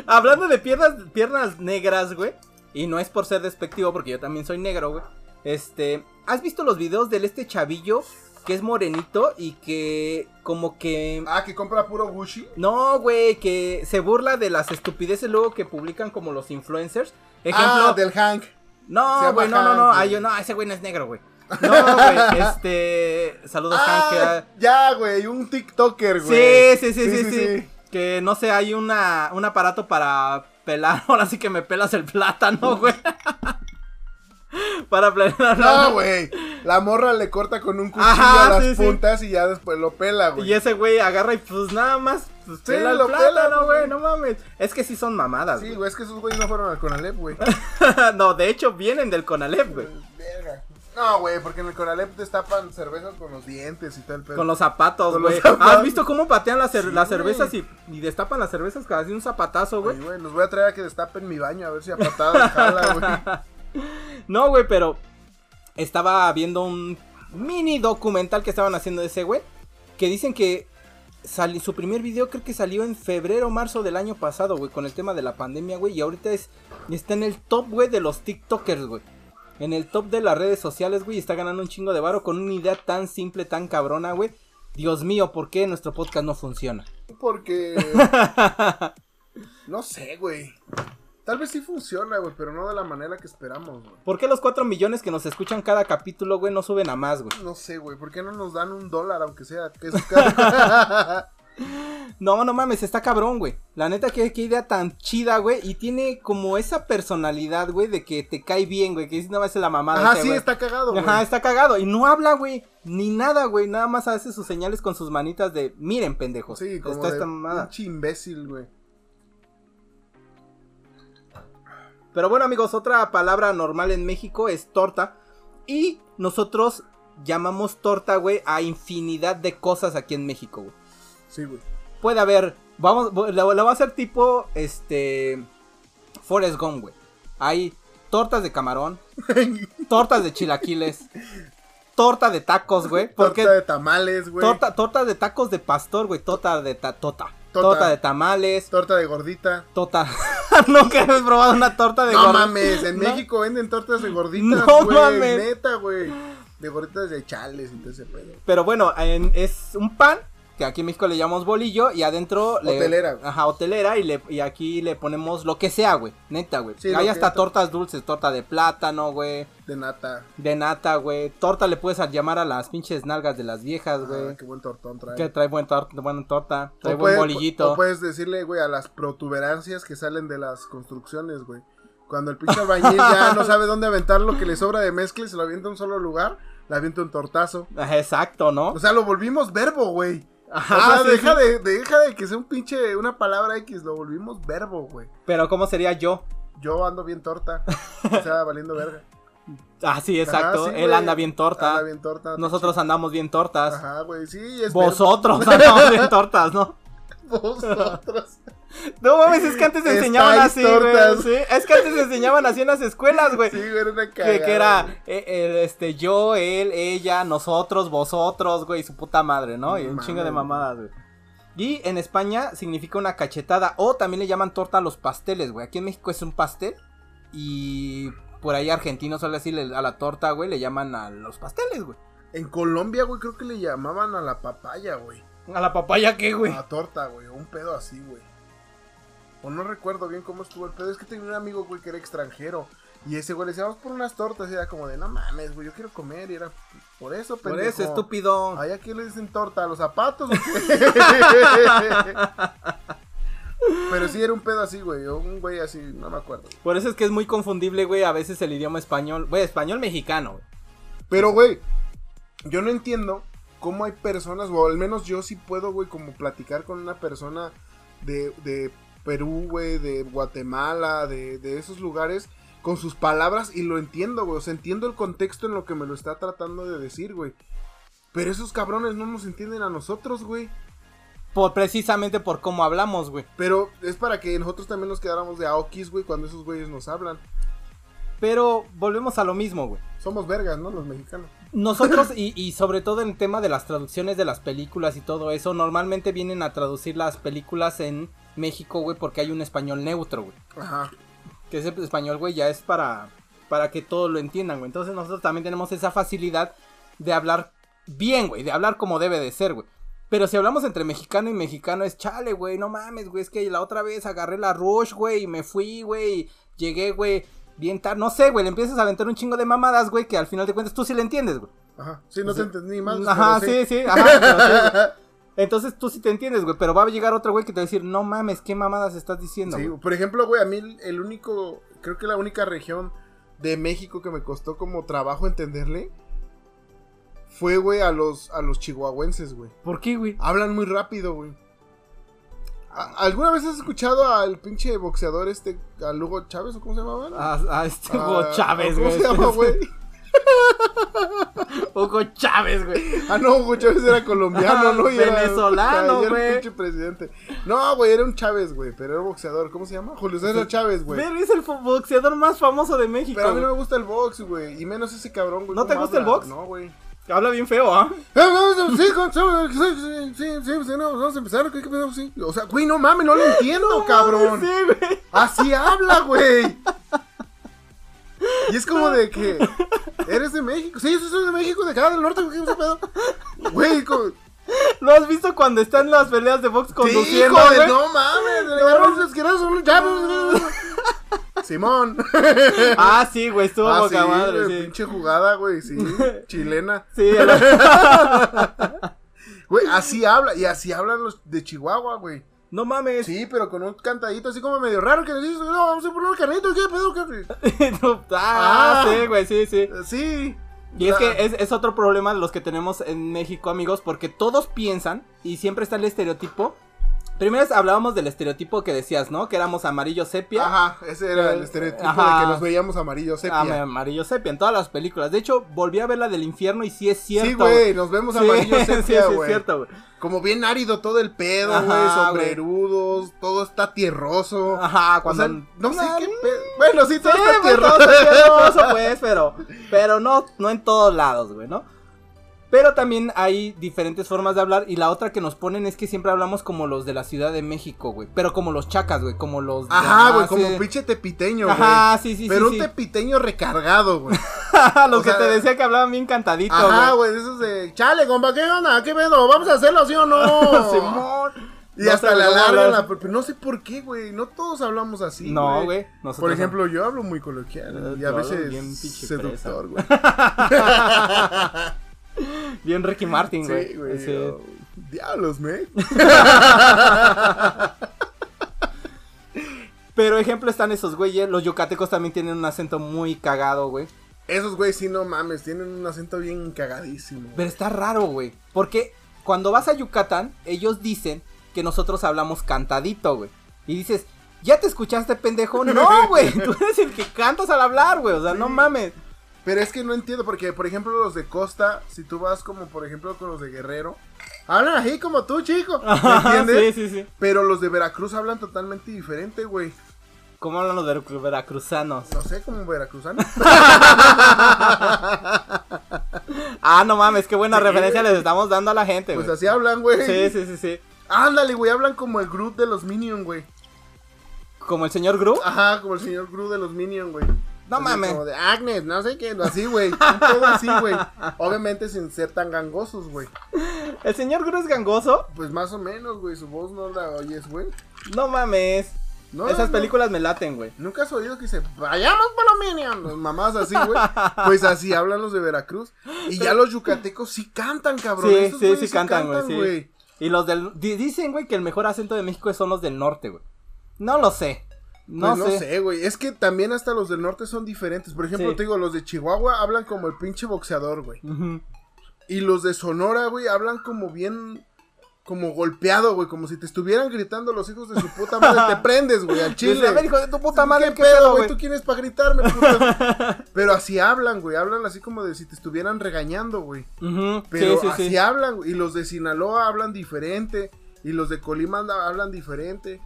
Speaker 1: Hablando de piernas, piernas negras, güey. Y no es por ser despectivo, porque yo también soy negro, güey. Este, ¿has visto los videos del este chavillo que es morenito y que como que...
Speaker 2: ah, que compra puro Gucci.
Speaker 1: No, güey, que se burla de las estupideces luego que publican como los influencers. Ejemplo,
Speaker 2: Ah, del Hank. se
Speaker 1: no,
Speaker 2: llama
Speaker 1: güey, no, no, no,
Speaker 2: Hank,
Speaker 1: ay,
Speaker 2: güey.
Speaker 1: no, ese güey no es negro, güey. No,
Speaker 2: [laughs]
Speaker 1: güey, este, saludos, Hank. que-
Speaker 2: Ah, ya, güey, un TikToker,
Speaker 1: Sí
Speaker 2: güey.
Speaker 1: sí sí sí, sí, Que no sé, hay una, un aparato para pelar. [laughs] Ahora sí que me pelas el plátano, güey. [laughs] para pelar. [laughs]
Speaker 2: No, güey. La morra le corta con un cuchillo
Speaker 1: Ajá,
Speaker 2: las
Speaker 1: sí, sí.
Speaker 2: puntas y ya después lo pela, güey.
Speaker 1: y ese güey agarra y pues nada más. Pues, pela el
Speaker 2: lo pela,
Speaker 1: plátano,
Speaker 2: pues,
Speaker 1: güey.
Speaker 2: güey.
Speaker 1: No mames. Es que sí son mamadas,
Speaker 2: Sí,
Speaker 1: güey.
Speaker 2: güey, es que esos güeyes no fueron al
Speaker 1: [laughs]
Speaker 2: Conalep, güey.
Speaker 1: no, de hecho vienen del Conalep, güey.
Speaker 2: Verga. No, güey, porque en el Conalep destapan cervezas con los dientes y tal, pero.
Speaker 1: Con los zapatos,
Speaker 2: Con los
Speaker 1: güey.
Speaker 2: zapatos.
Speaker 1: ¿Has visto cómo patean las, cer-
Speaker 2: Sí,
Speaker 1: las
Speaker 2: güey.
Speaker 1: cervezas y, y destapan las cervezas cada así un zapatazo, güey?
Speaker 2: Ay, güey, los voy a traer a que destapen mi baño a ver si a patadas jala, güey.
Speaker 1: [laughs] No, güey, pero estaba viendo un mini documental que estaban haciendo de ese güey. Que dicen que sali- su primer video creo que salió en febrero o marzo del año pasado, güey, con el tema de la pandemia, güey. Y ahorita es, está en el top, güey, de los TikTokers, güey. En el top de las redes sociales, güey. y Está ganando un chingo de varo con una idea tan simple, tan cabrona, güey. Dios mío, ¿por qué nuestro podcast no funciona? [laughs]
Speaker 2: Porque. No sé, güey. Tal vez sí funciona, güey, pero no de la manera que esperamos, güey.
Speaker 1: ¿Por qué los 4 millones que nos escuchan cada capítulo, güey, no suben a más, güey?
Speaker 2: No sé, güey, ¿por qué no nos dan un dólar, aunque sea? Que es
Speaker 1: [laughs]
Speaker 2: caro? [laughs]
Speaker 1: No, no mames, está cabrón, güey. La neta, qué, qué idea tan chida, güey. Y tiene como esa personalidad, güey, de que te cae bien, güey. Que dices, no, esa es la mamada.
Speaker 2: Ajá,
Speaker 1: ese,
Speaker 2: sí,
Speaker 1: güey".
Speaker 2: está cagado, güey.
Speaker 1: Ajá, está cagado. Y no habla, güey. Ni nada, güey. Nada más hace sus señales con sus manitas de, miren, pendejos.
Speaker 2: Sí, como
Speaker 1: está
Speaker 2: de
Speaker 1: esta mamada.
Speaker 2: pinche imbécil, güey.
Speaker 1: Pero bueno, amigos, otra palabra normal en México es torta. Y nosotros llamamos torta, güey, a infinidad de cosas aquí en México, güey.
Speaker 2: Sí, güey.
Speaker 1: Puede haber. Vamos, la, la voy a hacer tipo. Este. Forrest Gump, güey. Hay tortas de
Speaker 2: [laughs]
Speaker 1: camarón, tortas de chilaquiles, torta de tacos, güey. Porque
Speaker 2: Torta de tamales, güey.
Speaker 1: torta, torta de tacos de pastor, güey. Torta de ta- tota.
Speaker 2: Tota.
Speaker 1: Torta de tamales,
Speaker 2: Torta de gordita.
Speaker 1: tota. [laughs] Nunca has probado una torta de
Speaker 2: no
Speaker 1: gordo?
Speaker 2: mames, en
Speaker 1: No.
Speaker 2: México venden tortas de gorditas,
Speaker 1: No
Speaker 2: güey.
Speaker 1: mames.
Speaker 2: Neta, güey. De gorditas de chales y todo ese pedo.
Speaker 1: Pero bueno, en- es un pan que aquí en México le llamamos bolillo y adentro le-
Speaker 2: Hotelera, güey.
Speaker 1: ajá, hotelera y le y aquí le ponemos lo que sea, güey. Neta, güey.
Speaker 2: Sí, lo
Speaker 1: Hay
Speaker 2: que-
Speaker 1: hasta tortas dulces, torta de plátano, güey,
Speaker 2: De nata.
Speaker 1: de nata, güey. Torta le puedes llamar a las pinches nalgas de las viejas,
Speaker 2: Ah,
Speaker 1: güey.
Speaker 2: qué buen tortón trae.
Speaker 1: que trae buen tor- buena torta, trae
Speaker 2: O
Speaker 1: buen
Speaker 2: puedes-
Speaker 1: bolillito.
Speaker 2: O puedes decirle, güey, a las protuberancias que salen de las construcciones, güey. Cuando el pinche albañil ya no sabe dónde aventar lo que le sobra de mezcla y se lo avienta a un solo lugar, le avienta un tortazo.
Speaker 1: Ajá, Exacto, ¿no?
Speaker 2: O sea, lo volvimos verbo, güey.
Speaker 1: Ajá,
Speaker 2: o sea,
Speaker 1: sí,
Speaker 2: deja,
Speaker 1: sí.
Speaker 2: De, deja de que sea un pinche, una palabra X, lo volvimos verbo, güey.
Speaker 1: Pero ¿cómo sería yo?
Speaker 2: Yo ando bien torta. O sea, valiendo verga.
Speaker 1: Ah, sí, [laughs] exacto.
Speaker 2: Ajá, sí,
Speaker 1: Él
Speaker 2: güey.
Speaker 1: anda bien torta.
Speaker 2: Anda bien torta.
Speaker 1: Nosotros andamos bien tortas.
Speaker 2: Ajá, güey, sí, es
Speaker 1: Vosotros andamos
Speaker 2: [laughs]
Speaker 1: bien tortas, ¿no?
Speaker 2: verbo. [laughs] Vosotros.
Speaker 1: No mames, es que antes
Speaker 2: Estáis
Speaker 1: enseñaban así, güey.
Speaker 2: tortas.
Speaker 1: ¿sí? Es que antes enseñaban así en las escuelas, güey.
Speaker 2: [laughs] Sí, güey, era una
Speaker 1: [laughs] que,
Speaker 2: cagada,
Speaker 1: que
Speaker 2: güey.
Speaker 1: era eh, eh, este yo, él, ella, nosotros, vosotros, güey, y su puta madre, ¿no? Y un
Speaker 2: Mames,
Speaker 1: chingo de
Speaker 2: güey.
Speaker 1: mamadas, güey. Y en España significa una cachetada o también le llaman torta a los pasteles, güey. Aquí en México es un pastel y por ahí argentinos suele decirle a la torta, güey, le llaman a los pasteles, güey.
Speaker 2: En Colombia, güey, creo que le llamaban a la papaya, güey.
Speaker 1: A la papaya qué, güey.
Speaker 2: A la torta, güey. o Un pedo así, güey. O no recuerdo bien cómo estuvo el pedo. Es que tenía un amigo, güey, que era extranjero. Y ese güey le decía, vamos por unas tortas. Y era como de, no mames, güey, yo quiero comer. Y era, por eso,
Speaker 1: Por
Speaker 2: pendejo.
Speaker 1: eso, estúpido.
Speaker 2: Ay, aquí le dicen torta a los zapatos.
Speaker 1: [laughs]
Speaker 2: ¿o qué? Pero sí era un pedo así, güey. o Un güey así, no me acuerdo.
Speaker 1: Por eso es que es muy confundible, güey, a veces el idioma español, güey, español mexicano, güey.
Speaker 2: Pero, güey, yo no entiendo cómo hay personas, o al menos yo sí puedo, güey, como platicar con una persona de, de Perú, güey, de Guatemala, de, de esos lugares, con sus palabras y lo entiendo, güey. O sea, entiendo el contexto en lo que me lo está tratando de decir, güey. Pero esos cabrones no nos entienden a nosotros, güey.
Speaker 1: Por, precisamente por cómo hablamos, güey.
Speaker 2: Pero es para que nosotros también nos quedáramos de aokis, güey, cuando esos güeyes nos hablan.
Speaker 1: Pero volvemos a lo mismo, güey.
Speaker 2: Somos vergas, ¿no? Los mexicanos.
Speaker 1: Nosotros, y, y sobre todo en el tema de las traducciones de las películas y todo eso, normalmente vienen a traducir las películas en México, güey, porque hay un español neutro, güey.
Speaker 2: Ajá.
Speaker 1: Que ese español, güey, ya es para, para que todos lo entiendan, güey. Entonces nosotros también tenemos esa facilidad de hablar bien, güey, de hablar como debe de ser, güey. Pero si hablamos entre mexicano y mexicano es chale, güey, no mames, güey, es que la otra vez agarré la Rush, güey, y me fui, güey, y llegué, güey, bien tarde, no sé, güey, le empiezas a aventar un chingo de mamadas, güey, que al final de cuentas tú sí le entiendes, güey.
Speaker 2: Ajá. Sí, no
Speaker 1: Sí.
Speaker 2: te entendí más.
Speaker 1: Ajá,
Speaker 2: pero [laughs]
Speaker 1: sí, sí, ajá, pero sí, güey. Entonces tú sí te entiendes, güey, pero va a llegar otro güey que te va a decir, no mames, qué mamadas estás diciendo.
Speaker 2: Sí,
Speaker 1: güey?"
Speaker 2: por ejemplo, güey, a mí el- el único, creo que la única región de México que me costó como trabajo entenderle fue, güey, a los, a los chihuahuenses, güey.
Speaker 1: ¿Por qué, güey?
Speaker 2: Hablan muy rápido, güey. A- ¿Alguna vez has escuchado al pinche boxeador este, a Lugo Chávez o cómo se llamaba?
Speaker 1: A, a este
Speaker 2: Ah,
Speaker 1: Hugo Chávez,
Speaker 2: ¿Cómo
Speaker 1: güey. este
Speaker 2: se llama, güey?
Speaker 1: [laughs] Hugo Chávez, güey.
Speaker 2: Ah, no, Hugo Chávez era colombiano,
Speaker 1: Ah,
Speaker 2: ¿no? Y era-
Speaker 1: venezolano,
Speaker 2: y era un
Speaker 1: güey.
Speaker 2: pinche presidente. No, güey, era un Chávez, güey, pero era boxeador. ¿Cómo se llama? Julio César Chávez, güey.
Speaker 1: Pero es el fo- boxeador más famoso de México.
Speaker 2: Pero a mí no
Speaker 1: güey.
Speaker 2: me gusta el box, güey. Y menos ese cabrón, güey.
Speaker 1: ¿No te
Speaker 2: ¿Cómo
Speaker 1: gusta el
Speaker 2: habla?
Speaker 1: box?
Speaker 2: No, güey.
Speaker 1: Habla bien feo, ¿ah?
Speaker 2: Eh, vamos a- Sí, con- sí, sí, sí, sí, sí, no, vamos a empezar. ¿qué- qué pedo? Sí. O sea, güey, no mames, [laughs] no lo
Speaker 1: [laughs]
Speaker 2: entiendo, cabrón.
Speaker 1: Sí, güey.
Speaker 2: Así habla, güey. Y es como de
Speaker 1: [laughs]
Speaker 2: que. Eres de México. Sí, sí, soy de México, de acá del norte, güey. ¿Qué ese pedo? Güey, como.
Speaker 1: ¿Lo has visto cuando está en las peleas de box
Speaker 2: Sí,
Speaker 1: conduciendo,
Speaker 2: hijo de-
Speaker 1: güey?
Speaker 2: no mames. Le agarró el asqueroso, un chavo.
Speaker 1: [laughs]
Speaker 2: Simón.
Speaker 1: Ah, sí, güey, estuvo
Speaker 2: Ah,
Speaker 1: boca
Speaker 2: sí,
Speaker 1: madre,
Speaker 2: güey,
Speaker 1: sí.
Speaker 2: pinche jugada,
Speaker 1: [laughs]
Speaker 2: güey, sí, chilena.
Speaker 1: Sí, a
Speaker 2: [laughs]
Speaker 1: la-
Speaker 2: Güey, así habla, y así hablan los de Chihuahua, güey.
Speaker 1: No mames.
Speaker 2: Sí, pero con un cantadito así como medio raro que le dices, no, vamos a poner un carrito, ¿qué pedo? ¿Qué?
Speaker 1: No, [laughs] ah,
Speaker 2: Ah.
Speaker 1: sí, güey, sí, sí.
Speaker 2: Sí. Ah,
Speaker 1: Y es que es, es otro problema de los que tenemos en México, amigos, porque todos piensan, y siempre está el estereotipo, Primero es- hablábamos del estereotipo que decías, ¿no? Que éramos amarillo sepia.
Speaker 2: Ajá, ese era el estereotipo
Speaker 1: Eh, Ajá. Ah,
Speaker 2: de que nos veíamos amarillos sepia.
Speaker 1: Am- Amarillo sepia en todas las películas. De hecho, volví a ver la del infierno y sí es cierto.
Speaker 2: sí, güey, nos vemos
Speaker 1: Sí, [laughs]
Speaker 2: amarillos
Speaker 1: sí, sí,
Speaker 2: sepia,
Speaker 1: es
Speaker 2: güey.
Speaker 1: cierto, güey.
Speaker 2: Como bien árido todo el pedo,
Speaker 1: Ajá,
Speaker 2: güey,
Speaker 1: güey.
Speaker 2: sombrerudos, todo está tierroso.
Speaker 1: Ajá,
Speaker 2: O
Speaker 1: cuando.
Speaker 2: sea, no sé qué pedo. Bueno, sí, todo
Speaker 1: Sí,
Speaker 2: está
Speaker 1: pues,
Speaker 2: tierroso.
Speaker 1: todo está tierroso, pues, pero, pero no, no en todos lados, güey, ¿no? Pero también hay diferentes formas de hablar y la otra que nos ponen es que siempre hablamos como los de la Ciudad de México, güey, pero como los chacas, güey, como los... de-
Speaker 2: Ajá, güey,
Speaker 1: ah,
Speaker 2: como
Speaker 1: sí.
Speaker 2: pinche tepiteño, güey.
Speaker 1: Ajá, sí, sí,
Speaker 2: Pero
Speaker 1: sí,
Speaker 2: un
Speaker 1: sí.
Speaker 2: tepiteño recargado, güey.
Speaker 1: [laughs] los
Speaker 2: o
Speaker 1: que
Speaker 2: sea-
Speaker 1: te decía que hablaban bien cantadito,
Speaker 2: Ajá,
Speaker 1: güey.
Speaker 2: güey, esos de, chale, compa, ¿qué onda? ¿Qué pedo? ¿Vamos a hacerlo, sí o
Speaker 1: [laughs]
Speaker 2: no?
Speaker 1: Simón.
Speaker 2: Y
Speaker 1: No
Speaker 2: hasta
Speaker 1: sabes
Speaker 2: la
Speaker 1: cómo
Speaker 2: larga,
Speaker 1: hablar.
Speaker 2: la- pero no sé por qué, güey, no todos hablamos así,
Speaker 1: No, güey. nosotros
Speaker 2: Por ejemplo, yo hablo muy coloquial
Speaker 1: Eh,
Speaker 2: y a
Speaker 1: tú hablas
Speaker 2: veces
Speaker 1: bien pinche
Speaker 2: seductor, güey.
Speaker 1: Bien
Speaker 2: [laughs]
Speaker 1: Ricky Martin, güey.
Speaker 2: Sí, güey.
Speaker 1: [laughs] Sí.
Speaker 2: yo- Diablos, me.
Speaker 1: Pero ejemplo están esos güeyes. Los yucatecos también tienen un acento muy cagado, güey.
Speaker 2: Esos güey, sí, no mames, tienen un acento bien cagadísimo.
Speaker 1: Pero está raro, güey. Porque cuando vas a Yucatán, ellos dicen que nosotros hablamos cantadito, güey. Y dices, ¿ya te escuchaste, pendejo?
Speaker 2: [laughs]
Speaker 1: No, güey. [laughs] Tú eres el que cantas al hablar, güey. O sea, no
Speaker 2: Sí.
Speaker 1: mames.
Speaker 2: Pero es que no entiendo, porque por ejemplo los de Costa, si tú vas como por ejemplo con los de Guerrero, hablan así como tú, chico. [laughs] ¿Me entiendes?
Speaker 1: sí, sí, sí.
Speaker 2: Pero los de Veracruz hablan totalmente diferente, güey.
Speaker 1: ¿Cómo hablan los veru- veracruzanos?
Speaker 2: No sé,
Speaker 1: [laughs]
Speaker 2: como veracruzanos.
Speaker 1: Ah, no mames, qué buena
Speaker 2: Sí,
Speaker 1: referencia les estamos dando a la gente, güey.
Speaker 2: pues así hablan, güey.
Speaker 1: sí, sí, sí, sí.
Speaker 2: Ándale, güey, hablan como el Groot de los Minions, güey.
Speaker 1: ¿Como el señor Gru?
Speaker 2: Ajá, como el señor Groot de los Minions, güey.
Speaker 1: No
Speaker 2: Así
Speaker 1: mames.
Speaker 2: Como de Agnes, no sé qué, así, güey. Un pedo así, güey. Obviamente sin ser tan gangosos, güey.
Speaker 1: ¿El señor Gru es gangoso?
Speaker 2: Pues más o menos, güey, su voz no la oyes, güey.
Speaker 1: No mames.
Speaker 2: No,
Speaker 1: Esas
Speaker 2: no.
Speaker 1: películas me laten, güey.
Speaker 2: Nunca has oído que se vayamos por los Minions, los mamás así, güey. Pues así hablan los de Veracruz. Y ya los yucatecos sí cantan, cabrón.
Speaker 1: Sí,
Speaker 2: Esos
Speaker 1: sí,
Speaker 2: güeyes
Speaker 1: sí cantan, güey, sí.
Speaker 2: güey.
Speaker 1: Y los del. di- Dicen, güey, que el mejor acento de México son los del norte, güey. No lo sé. No,
Speaker 2: Pues No,
Speaker 1: sé.
Speaker 2: sé, güey. Es que también hasta los del norte son diferentes. Por ejemplo,
Speaker 1: Sí.
Speaker 2: te digo, los de Chihuahua hablan como el pinche boxeador, güey.
Speaker 1: Ujú.
Speaker 2: Y los de Sonora, güey, hablan como bien. Como golpeado, güey. Como si te estuvieran gritando los hijos de su puta
Speaker 1: [laughs]
Speaker 2: madre. te prendes, güey, al chile.
Speaker 1: Desde, a ver, hijo de tu puta madre,
Speaker 2: ¿Qué, pedo, güey? ¿Tú quién es para gritarme?
Speaker 1: [laughs]
Speaker 2: puta? Pero así hablan, güey. Hablan así como de si te estuvieran regañando, güey.
Speaker 1: Ujú,
Speaker 2: Pero
Speaker 1: sí,
Speaker 2: así
Speaker 1: sí, sí.
Speaker 2: hablan, güey. Y los de Sinaloa hablan diferente. Y los de Colima anda- hablan diferente.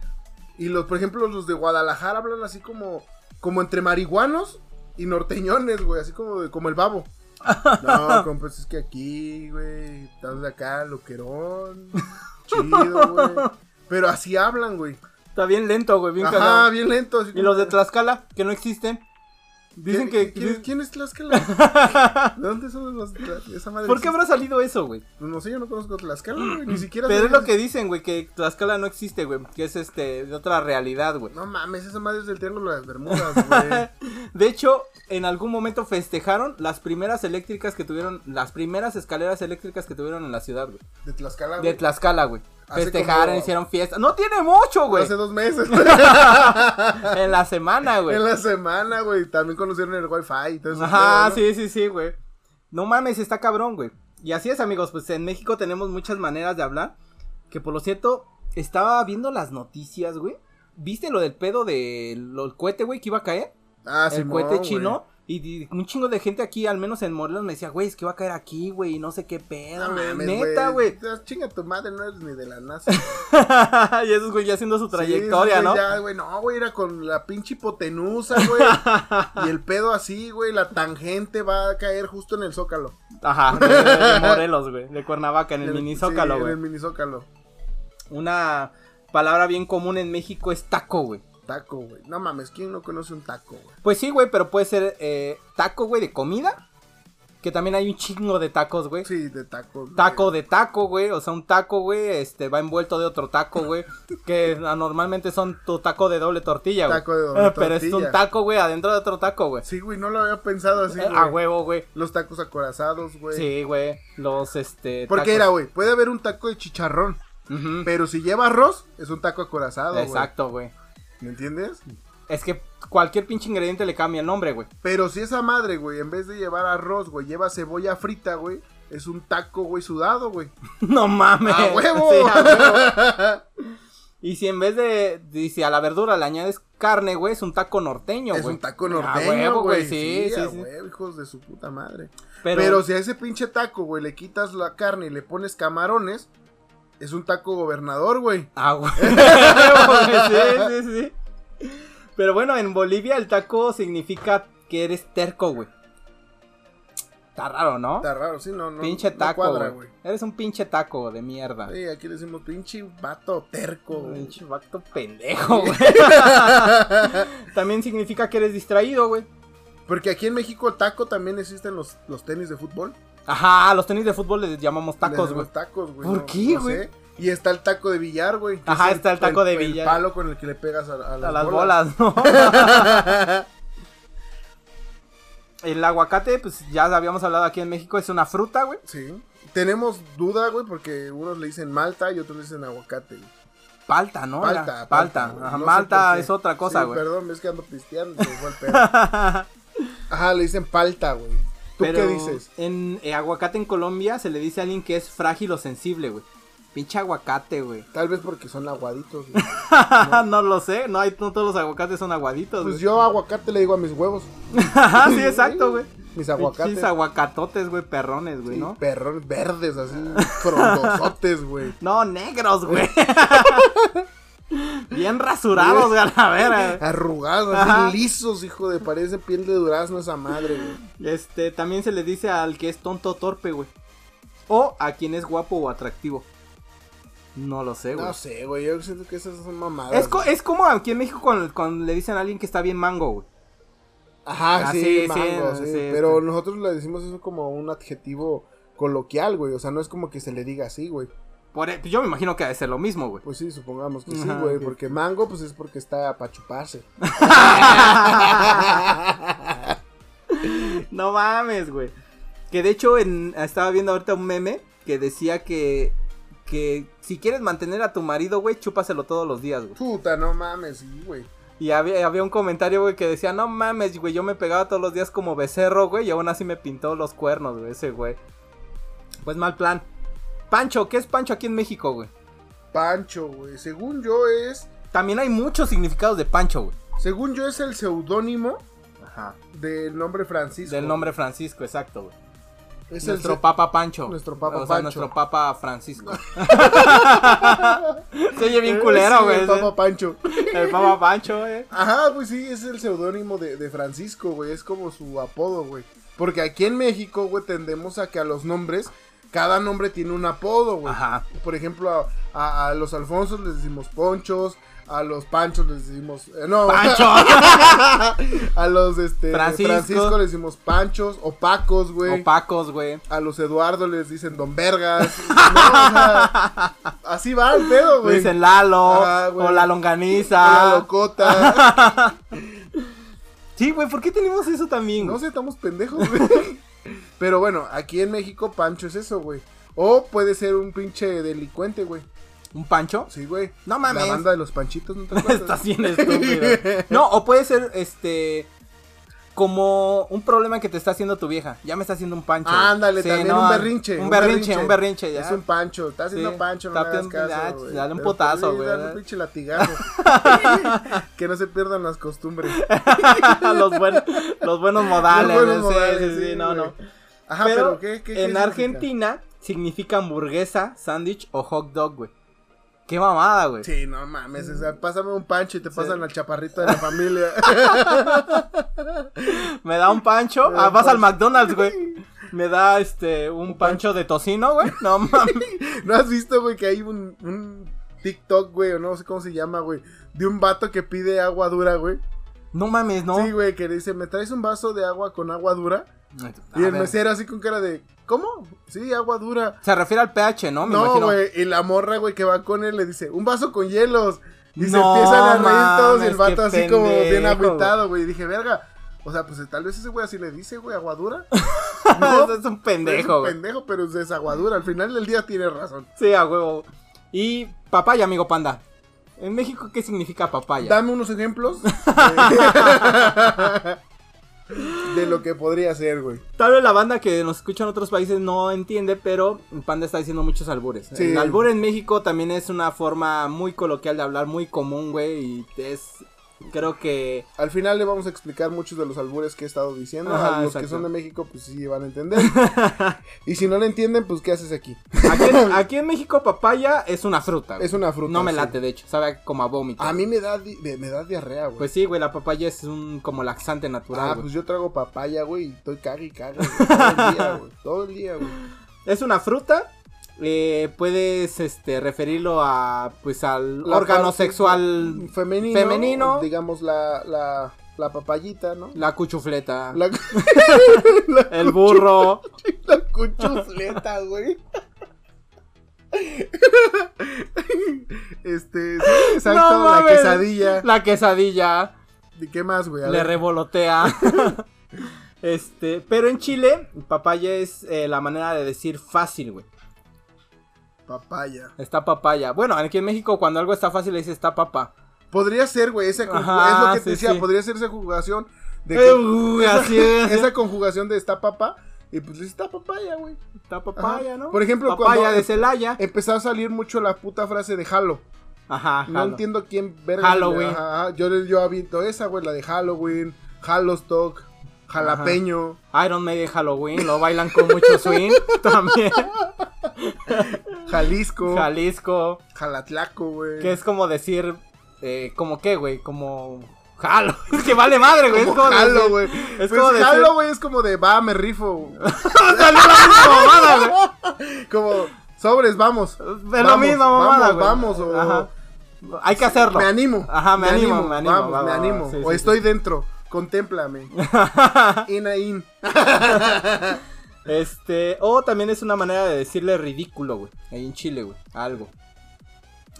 Speaker 2: Y los, por ejemplo, los de Guadalajara hablan así como, como entre marihuanos y norteñones, güey. Así como, de- como
Speaker 1: [laughs]
Speaker 2: el babo. No, compas, es que aquí, güey. Estamos acá,
Speaker 1: [laughs]
Speaker 2: loquerón. Chido, güey. Pero así hablan, güey.
Speaker 1: Está bien lento, güey, bien
Speaker 2: Ajá,
Speaker 1: cagado.
Speaker 2: bien lento. así
Speaker 1: Y los de
Speaker 2: como-
Speaker 1: Tlaxcala, que no existen. Dicen
Speaker 2: ¿Quién-
Speaker 1: que.
Speaker 2: ¿Quién,
Speaker 1: di-
Speaker 2: quién es Tlaxcala?
Speaker 1: [laughs]
Speaker 2: ¿De dónde son los de Tlaxcala? Esa madre
Speaker 1: ¿Por qué
Speaker 2: existe.
Speaker 1: habrá salido eso, güey?
Speaker 2: No sé, yo no conozco Tlaxcala, güey. Ni siquiera.
Speaker 1: Pero
Speaker 2: sé
Speaker 1: es lo que dicen, güey, que Tlaxcala no existe, güey. Que es este, de otra realidad, güey.
Speaker 2: No mames, esa madre es del Triángulo de las Bermudas,
Speaker 1: [laughs]
Speaker 2: güey.
Speaker 1: De hecho, en algún momento festejaron las primeras eléctricas que tuvieron, las primeras escaleras eléctricas que tuvieron en la ciudad, güey.
Speaker 2: De Tlaxcala,
Speaker 1: De
Speaker 2: Ah, güey.
Speaker 1: Tlaxcala, güey.
Speaker 2: Hace
Speaker 1: Festejaron,
Speaker 2: como-
Speaker 1: hicieron fiesta. No tiene mucho, güey.
Speaker 2: Hace dos
Speaker 1: [laughs]
Speaker 2: meses.
Speaker 1: En la semana, güey.
Speaker 2: en la semana, güey. También conocieron el Wi-Fi y todo eso.
Speaker 1: Ajá,
Speaker 2: Pero,
Speaker 1: sí, sí, sí, güey. No mames, está cabrón, güey. Y así es, amigos, pues en México tenemos muchas maneras de hablar. Que por lo cierto, estaba viendo las noticias, güey. ¿Viste lo del pedo del lo- el cohete, güey, que iba a caer?
Speaker 2: ¿no? Ah,
Speaker 1: el
Speaker 2: Simón,
Speaker 1: cohete
Speaker 2: güey.
Speaker 1: chino. Y, di- un chingo de gente aquí, al menos en Morelos, me decía, güey, es que va a caer aquí, güey, y no sé qué pedo,
Speaker 2: No
Speaker 1: güey.
Speaker 2: mames,
Speaker 1: Ah, Neta, güey.
Speaker 2: Te das Chinga tu madre, no eres ni de la NASA.
Speaker 1: [laughs] y esos güey ya haciendo su
Speaker 2: Sí,
Speaker 1: trayectoria,
Speaker 2: güey,
Speaker 1: ¿no?
Speaker 2: Ya, güey, no, güey, era con la pinche hipotenusa, güey. y el pedo así, güey, la tangente va a caer justo en el zócalo.
Speaker 1: [laughs]
Speaker 2: [laughs]
Speaker 1: Ajá, de, de Morelos, güey, de Cuernavaca, en el mini
Speaker 2: sí,
Speaker 1: zócalo,
Speaker 2: En
Speaker 1: güey.
Speaker 2: el mini zócalo.
Speaker 1: Una palabra bien común en México es taco, güey.
Speaker 2: Taco, güey. No mames, ¿quién no conoce un taco, güey?
Speaker 1: Pues sí, güey, pero puede ser eh, taco, güey, de comida. Que también hay un chingo de tacos, güey.
Speaker 2: Sí, de taco. güey.
Speaker 1: Taco de taco, güey. O sea, un taco, güey, este, va envuelto de otro taco, güey. que ah, normalmente son tu taco de doble tortilla, güey.
Speaker 2: Taco de doble
Speaker 1: Eh, Pero es
Speaker 2: tortilla.
Speaker 1: un taco, güey, adentro de otro taco, güey.
Speaker 2: Sí, güey, no lo había pensado así,
Speaker 1: Eh,
Speaker 2: güey.
Speaker 1: a huevo, güey.
Speaker 2: Los tacos acorazados, güey.
Speaker 1: Sí, güey. Los, este.
Speaker 2: Porque era,
Speaker 1: tacos-
Speaker 2: güey, puede haber un taco de chicharrón,
Speaker 1: Ujú.
Speaker 2: pero si lleva arroz, es un taco acorazado, güey.
Speaker 1: Exacto, güey.
Speaker 2: ¿Me entiendes?
Speaker 1: Es que cualquier pinche ingrediente le cambia el nombre, güey. [laughs]
Speaker 2: Pero si esa madre, güey, en vez de llevar arroz, güey, lleva cebolla frita, güey,
Speaker 1: [laughs]
Speaker 2: es un taco, güey, sudado, güey.
Speaker 1: No mames.
Speaker 2: ¡A huevo!
Speaker 1: Sí, a huevo. Y si en vez de, dice, a la verdura le añades carne, güey, es un taco norteño, güey.
Speaker 2: Es un taco norteño,
Speaker 1: A huevo,
Speaker 2: güey.
Speaker 1: güey, sí, sí,
Speaker 2: a
Speaker 1: sí.
Speaker 2: huevo, hijos de su puta madre.
Speaker 1: Pero,
Speaker 2: Pero, si a ese pinche taco, güey, le quitas la carne y le pones camarones, es un taco gobernador, güey.
Speaker 1: Ah, güey. [laughs] sí, sí, sí. Pero bueno, en Bolivia el taco significa que eres terco, güey. Está raro, ¿no?
Speaker 2: Está raro, sí, no, no.
Speaker 1: pinche
Speaker 2: no
Speaker 1: taco,
Speaker 2: cuadra,
Speaker 1: güey. Eres un pinche taco de mierda.
Speaker 2: Sí, aquí le decimos pinche vato terco, güey.
Speaker 1: Pinche vato pendejo, güey. También significa que eres distraído, güey.
Speaker 2: [laughs] Porque aquí en México taco también existen los, los tenis de fútbol.
Speaker 1: Ajá, a los tenis de fútbol les llamamos
Speaker 2: Les
Speaker 1: tacos,
Speaker 2: decimos
Speaker 1: güey.
Speaker 2: Tacos, güey.
Speaker 1: ¿Por qué, güey?
Speaker 2: sé. Y está el taco de billar, güey. que
Speaker 1: Ajá, está el taco de
Speaker 2: El
Speaker 1: billar.
Speaker 2: palo con el que le pegas a, a las,
Speaker 1: A las
Speaker 2: bolas.
Speaker 1: bolas, ¿no?
Speaker 2: [laughs]
Speaker 1: El aguacate, pues ya habíamos hablado aquí en México, es una fruta, güey.
Speaker 2: Sí. Tenemos duda, güey, porque unos le dicen malta y otros le dicen aguacate. güey.
Speaker 1: Palta, ¿no?
Speaker 2: Palta.
Speaker 1: Era-
Speaker 2: palta,
Speaker 1: Palta.
Speaker 2: güey.
Speaker 1: Ajá,
Speaker 2: No sé por
Speaker 1: malta
Speaker 2: qué.
Speaker 1: es otra cosa,
Speaker 2: Sí,
Speaker 1: güey. [laughs]
Speaker 2: Perdón, es que ando pisteando. se me fue el pedo. Ajá, le dicen palta, güey. ¿Tú
Speaker 1: Pero
Speaker 2: qué dices?
Speaker 1: En eh, aguacate en Colombia se le dice a alguien que es frágil o sensible, güey. Pinche aguacate,
Speaker 2: [laughs]
Speaker 1: güey.
Speaker 2: Tal vez porque son aguaditos.
Speaker 1: [laughs]
Speaker 2: güey.
Speaker 1: No. lo sé, no, hay, no todos los aguacates son aguaditos,
Speaker 2: Pues
Speaker 1: güey. [laughs]
Speaker 2: yo aguacate le digo a mis huevos.
Speaker 1: Ajá, sí, exacto, güey.
Speaker 2: Mis
Speaker 1: Pinches
Speaker 2: aguacates.
Speaker 1: aguacatotes, güey, perrones, güey,
Speaker 2: Sí,
Speaker 1: ¿no?
Speaker 2: Perrones verdes, así, frondosotes, güey.
Speaker 1: No, negros,
Speaker 2: [laughs]
Speaker 1: güey. [laughs] Bien rasurados, güey, a la vera.
Speaker 2: Arrugados,
Speaker 1: Ajá.
Speaker 2: así, lisos, hijo de, parece piel de durazno esa madre, güey.
Speaker 1: Este, también se le dice al que es tonto o torpe, güey. O a quien es guapo o atractivo. No lo sé, güey.
Speaker 2: No sé, güey, yo siento que esas son mamadas.
Speaker 1: es, co- es como aquí en México cuando, cuando le dicen a alguien que está bien mango, güey.
Speaker 2: Ajá,
Speaker 1: Ah,
Speaker 2: sí,
Speaker 1: sí,
Speaker 2: mango,
Speaker 1: sí, este.
Speaker 2: sí,
Speaker 1: sí,
Speaker 2: pero
Speaker 1: sí.
Speaker 2: nosotros le decimos eso como un adjetivo coloquial, güey, o sea, no es como que se le diga así, güey.
Speaker 1: Por e- yo me imagino que ha de ser lo mismo, güey.
Speaker 2: Pues sí, supongamos que sí,
Speaker 1: Ajá,
Speaker 2: güey,
Speaker 1: ok.
Speaker 2: porque mango, pues es porque está
Speaker 1: [laughs]
Speaker 2: para chuparse.
Speaker 1: no mames, güey. Que de hecho en- estaba viendo ahorita un meme que decía que, que si quieres mantener a tu marido, güey, chúpaselo todos los días, güey.
Speaker 2: Puta, no mames, sí, güey.
Speaker 1: Y había, había un comentario, güey, que decía, no mames, güey, yo me pegaba todos los días como becerro, güey, y aún así me pintó los cuernos, güey, ese güey. Pues mal plan. Pancho, ¿qué es Pancho aquí en México, güey?
Speaker 2: Pancho, güey, según yo es,
Speaker 1: También hay muchos significados de Pancho, güey.
Speaker 2: según yo es el seudónimo
Speaker 1: Ajá.
Speaker 2: del nombre Francisco.
Speaker 1: Del nombre Francisco, exacto, güey.
Speaker 2: es el
Speaker 1: nuestro
Speaker 2: se-
Speaker 1: Papa Pancho.
Speaker 2: Nuestro Papa
Speaker 1: O sea,
Speaker 2: Pancho.
Speaker 1: nuestro Papa
Speaker 2: [laughs]
Speaker 1: Francisco. Se oye bien culero,
Speaker 2: Sí,
Speaker 1: güey.
Speaker 2: el Papa Pancho.
Speaker 1: ese. El Papa Pancho, güey.
Speaker 2: Ajá, pues sí, es el seudónimo de, de Francisco, güey. Es como su apodo, güey. Porque aquí en México, güey, tendemos a que a los nombres, cada nombre tiene un apodo, güey.
Speaker 1: Ajá.
Speaker 2: Por ejemplo, a, a- a los Alfonsos les decimos Ponchos, a los Panchos les decimos. eh,
Speaker 1: [laughs]
Speaker 2: no,
Speaker 1: Pancho.
Speaker 2: [laughs] a los este,
Speaker 1: Francisco.
Speaker 2: Francisco. les decimos Panchos o Pacos, güey.
Speaker 1: Opacos, güey.
Speaker 2: a los Eduardo les dicen Don Vergas. [laughs] No, o sea, así va el pedo,
Speaker 1: Le
Speaker 2: güey.
Speaker 1: Dicen Lalo.
Speaker 2: Ajá, güey.
Speaker 1: o la
Speaker 2: A la
Speaker 1: longaniza.
Speaker 2: locota.
Speaker 1: [laughs] sí, güey, ¿por qué tenemos eso también?
Speaker 2: No
Speaker 1: güey?
Speaker 2: sé, estamos pendejos, güey. Pero bueno, aquí en México Pancho es eso, güey. O puede ser un pinche delincuente, güey.
Speaker 1: ¿Un Pancho?
Speaker 2: Sí, güey.
Speaker 1: No mames.
Speaker 2: La banda de los panchitos, ¿no te
Speaker 1: [laughs] Estás
Speaker 2: acuerdas?
Speaker 1: bien estúpido. No, o puede ser este. Como un problema que te está haciendo tu vieja. Ya me está haciendo un pancho. güey.
Speaker 2: [laughs] Ándale,
Speaker 1: Sí,
Speaker 2: también
Speaker 1: no,
Speaker 2: un berrinche.
Speaker 1: Un berrinche, un berrinche, ya.
Speaker 2: Es un pancho. Está haciendo
Speaker 1: Sí,
Speaker 2: pancho, no
Speaker 1: está
Speaker 2: me hagas
Speaker 1: haciendo- ah,
Speaker 2: caso, güey.
Speaker 1: dale un
Speaker 2: Pero
Speaker 1: putazo,
Speaker 2: sí,
Speaker 1: güey,
Speaker 2: Dale
Speaker 1: ¿verdad?
Speaker 2: un pinche latigazo.
Speaker 1: [laughs]
Speaker 2: que no se pierdan las costumbres.
Speaker 1: los, buen- los buenos
Speaker 2: [laughs]
Speaker 1: modales.
Speaker 2: Los buenos
Speaker 1: sí,
Speaker 2: modales,
Speaker 1: sí, sí,
Speaker 2: sí,
Speaker 1: no,
Speaker 2: güey.
Speaker 1: no.
Speaker 2: Ajá,
Speaker 1: pero
Speaker 2: pero, ¿qué, qué- qué
Speaker 1: en
Speaker 2: significa?
Speaker 1: Argentina significa hamburguesa, sándwich o hot dog, güey. Qué mamada, güey.
Speaker 2: Sí, no mames, o sea, pásame un pancho y te
Speaker 1: Sí.
Speaker 2: pasan al chaparrito de
Speaker 1: [laughs]
Speaker 2: la familia.
Speaker 1: Me da un pancho.
Speaker 2: Me da
Speaker 1: Ah,
Speaker 2: un
Speaker 1: vas al
Speaker 2: pancho.
Speaker 1: McDonald's,
Speaker 2: [laughs]
Speaker 1: güey. Me da este un, pancho de tocino, güey. No [laughs] mames.
Speaker 2: ¿No has visto, güey, que hay un, un TikTok, güey, o no sé cómo se llama, güey? De un vato que pide agua dura, güey.
Speaker 1: No mames, no.
Speaker 2: Sí, güey, que le dice, ¿me traes un vaso de agua con agua dura?
Speaker 1: A
Speaker 2: Y el
Speaker 1: ver.
Speaker 2: mesero así con cara de, ¿cómo? Sí, agua dura.
Speaker 1: Se refiere al pH, ¿no? Me
Speaker 2: No,
Speaker 1: imagino.
Speaker 2: güey, y la morra, güey, que va con él le dice, un vaso con hielos. Y se
Speaker 1: No
Speaker 2: empiezan a reír todos y el
Speaker 1: mames,
Speaker 2: vato
Speaker 1: qué
Speaker 2: así como bien
Speaker 1: pendejo,
Speaker 2: agüitado, güey. Y dije, verga, o sea, pues tal vez ese güey así le dice, güey, agua dura.
Speaker 1: Eso [laughs] es un
Speaker 2: Es un
Speaker 1: pendejo, güey.
Speaker 2: pendejo, pero es agua dura. Al final del día tiene razón.
Speaker 1: Sí, a huevo. Y papaya, amigo panda. En México, ¿qué [laughs] significa papaya?
Speaker 2: Dame unos ejemplos de, de de lo que podría ser, güey.
Speaker 1: Tal vez la banda que nos escucha en otros países no entiende, pero Panda está diciendo muchos albures.
Speaker 2: Sí.
Speaker 1: El albur en México también es una forma muy coloquial de hablar, muy común, güey, y es... Creo que...
Speaker 2: Al final le vamos a explicar muchos de los albures que he estado diciendo.
Speaker 1: Ajá,
Speaker 2: a los
Speaker 1: exacto.
Speaker 2: que son de México, pues sí van a
Speaker 1: [laughs]
Speaker 2: entender. y si no lo entienden, pues ¿qué haces aquí?
Speaker 1: Aquí
Speaker 2: [laughs]
Speaker 1: en, aquí en México papaya es una fruta. güey.
Speaker 2: Es una fruta.
Speaker 1: No me
Speaker 2: sí.
Speaker 1: late, de hecho, sabe como a vómito.
Speaker 2: A mí me da, di- me, me da diarrea, güey.
Speaker 1: Pues sí, güey, la papaya es un como laxante natural,
Speaker 2: ah,
Speaker 1: güey.
Speaker 2: pues yo trago papaya, güey, y estoy caga y caga, güey, Todo el
Speaker 1: [laughs]
Speaker 2: día, güey. Todo el día, güey.
Speaker 1: Es una fruta. eh, puedes este referirlo a pues al
Speaker 2: La
Speaker 1: órgano
Speaker 2: parte
Speaker 1: sexual
Speaker 2: Femenino.
Speaker 1: Femenino.
Speaker 2: Digamos la, la, la papayita, ¿no?
Speaker 1: la cuchufleta
Speaker 2: La,
Speaker 1: el burro [laughs]
Speaker 2: la cuchusleta, güey. Este, sí, exacto,
Speaker 1: No
Speaker 2: la
Speaker 1: mames.
Speaker 2: quesadilla.
Speaker 1: la quesadilla
Speaker 2: ¿De qué más, güey? A
Speaker 1: le
Speaker 2: ver. [laughs]
Speaker 1: revolotea este pero en Chile papaya es eh, la manera de decir fácil güey
Speaker 2: Papaya.
Speaker 1: está papaya bueno aquí en México cuando algo está fácil le dice está papa
Speaker 2: Podría ser, güey, esa conju-
Speaker 1: Ajá,
Speaker 2: es lo que te
Speaker 1: sí,
Speaker 2: decía,
Speaker 1: sí.
Speaker 2: podría ser esa conjugación de
Speaker 1: Eh,
Speaker 2: con-
Speaker 1: uy, así
Speaker 2: [laughs]
Speaker 1: es.
Speaker 2: esa conjugación de está papá y pues le está papaya, güey.
Speaker 1: está papaya
Speaker 2: Ajá.
Speaker 1: no
Speaker 2: Por ejemplo,
Speaker 1: papaya
Speaker 2: cuando- eh,
Speaker 1: de Celaya
Speaker 2: Empezó a salir mucho la puta frase de jalo.
Speaker 1: ajá
Speaker 2: No
Speaker 1: jalo.
Speaker 2: entiendo quién verga.
Speaker 1: Halloween.
Speaker 2: Ajá, ajá. Yo, yo aviento esa, güey, la de Halloween, Halostock, jalapeño.
Speaker 1: Iron Maiden Halloween, lo bailan con mucho
Speaker 2: [laughs]
Speaker 1: swing también.
Speaker 2: Jalisco,
Speaker 1: Jalisco,
Speaker 2: Jalatlaco, güey.
Speaker 1: que es como decir, eh, como qué, güey, como jalo. [laughs] Es que vale madre, güey. Es
Speaker 2: como
Speaker 1: como
Speaker 2: jalo,
Speaker 1: decir-
Speaker 2: güey.
Speaker 1: Es
Speaker 2: Pues
Speaker 1: como decir-
Speaker 2: jalo, güey, es como de va, me rifo.
Speaker 1: Salió la
Speaker 2: [laughs]
Speaker 1: misma mamada, güey.
Speaker 2: como sobres, vamos.
Speaker 1: Es la misma mamada, güey.
Speaker 2: Vamos, vamos o
Speaker 1: Ajá. Hay que hacerlo.
Speaker 2: me animo.
Speaker 1: Ajá, me animo, me animo,
Speaker 2: Vamos,
Speaker 1: va,
Speaker 2: me
Speaker 1: va, va,
Speaker 2: animo.
Speaker 1: sí,
Speaker 2: o
Speaker 1: sí,
Speaker 2: estoy dentro.
Speaker 1: [laughs]
Speaker 2: Contémplame. in a in.
Speaker 1: Este, o también es una manera de decirle ridículo, güey. Ahí en Chile, güey. Algo.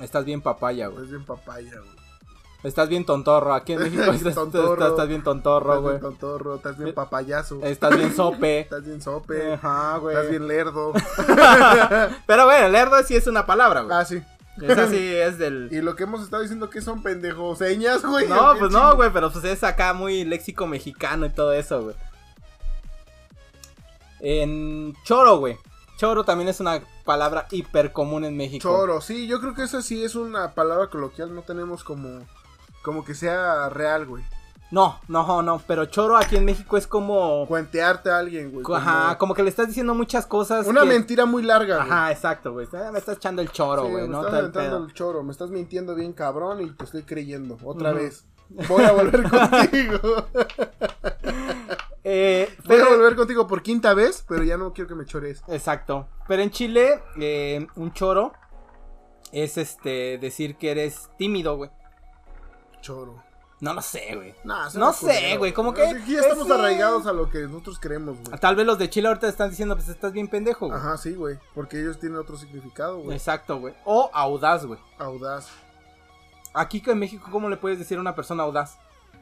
Speaker 1: Estás bien papaya, güey.
Speaker 2: Pues bien papaya, güey.
Speaker 1: Estás bien tontorro. Aquí
Speaker 2: [laughs]
Speaker 1: en México estás,
Speaker 2: Tontorro.
Speaker 1: estás- estás bien tontorro,
Speaker 2: Estás
Speaker 1: güey.
Speaker 2: bien tontorro, estás bien papayazo.
Speaker 1: Estás bien sope.
Speaker 2: [laughs] Estás bien sope.
Speaker 1: Ajá, Eh, güey.
Speaker 2: Estás
Speaker 1: [laughs]
Speaker 2: bien lerdo. [laughs]
Speaker 1: Pero bueno, lerdo sí es una palabra, güey.
Speaker 2: ah, sí.
Speaker 1: Esa sí es
Speaker 2: [laughs]
Speaker 1: del.
Speaker 2: Y lo que hemos estado diciendo que son pendejoseñas, [laughs] güey.
Speaker 1: No,
Speaker 2: Bien
Speaker 1: pues
Speaker 2: chingo.
Speaker 1: no, güey, pero pues es acá muy léxico mexicano y todo eso, güey. En choro, güey. Choro también es una palabra hiper común en México.
Speaker 2: Choro, sí, yo creo que esa sí es una palabra coloquial, no tenemos como como que sea real, güey.
Speaker 1: No, no, no, pero choro aquí en México es como.
Speaker 2: Cuentearte a alguien, güey.
Speaker 1: Ajá, como que le estás diciendo muchas cosas.
Speaker 2: como una
Speaker 1: que-
Speaker 2: mentira muy larga, güey.
Speaker 1: Ajá, exacto, güey. Ah, Me estás echando el choro,
Speaker 2: Sí,
Speaker 1: güey,
Speaker 2: me
Speaker 1: ¿no?
Speaker 2: estás
Speaker 1: Tal
Speaker 2: aventando
Speaker 1: pedo.
Speaker 2: el choro, me estás mintiendo bien cabrón y te estoy creyendo, otra
Speaker 1: Ujú.
Speaker 2: vez. Voy
Speaker 1: [laughs]
Speaker 2: a volver contigo.
Speaker 1: Eh,
Speaker 2: Voy a
Speaker 1: pero-
Speaker 2: volver contigo por quinta vez, pero ya no quiero que me chores.
Speaker 1: Exacto. Pero en Chile, eh, un choro es este decir que eres tímido, güey.
Speaker 2: Choro.
Speaker 1: No lo sé, güey.
Speaker 2: Nah, se
Speaker 1: No
Speaker 2: me
Speaker 1: sé,
Speaker 2: ocurrió,
Speaker 1: güey, como
Speaker 2: No
Speaker 1: que
Speaker 2: sé, Aquí ya estamos
Speaker 1: ese-
Speaker 2: arraigados a lo que nosotros creemos, güey.
Speaker 1: Tal vez los de Chile ahorita están diciendo, pues estás bien pendejo, güey.
Speaker 2: Ajá, sí, güey. Porque ellos tienen otro significado, güey.
Speaker 1: Exacto, güey. O audaz, güey.
Speaker 2: Audaz.
Speaker 1: Aquí que en México, ¿cómo le puedes decir a una persona audaz?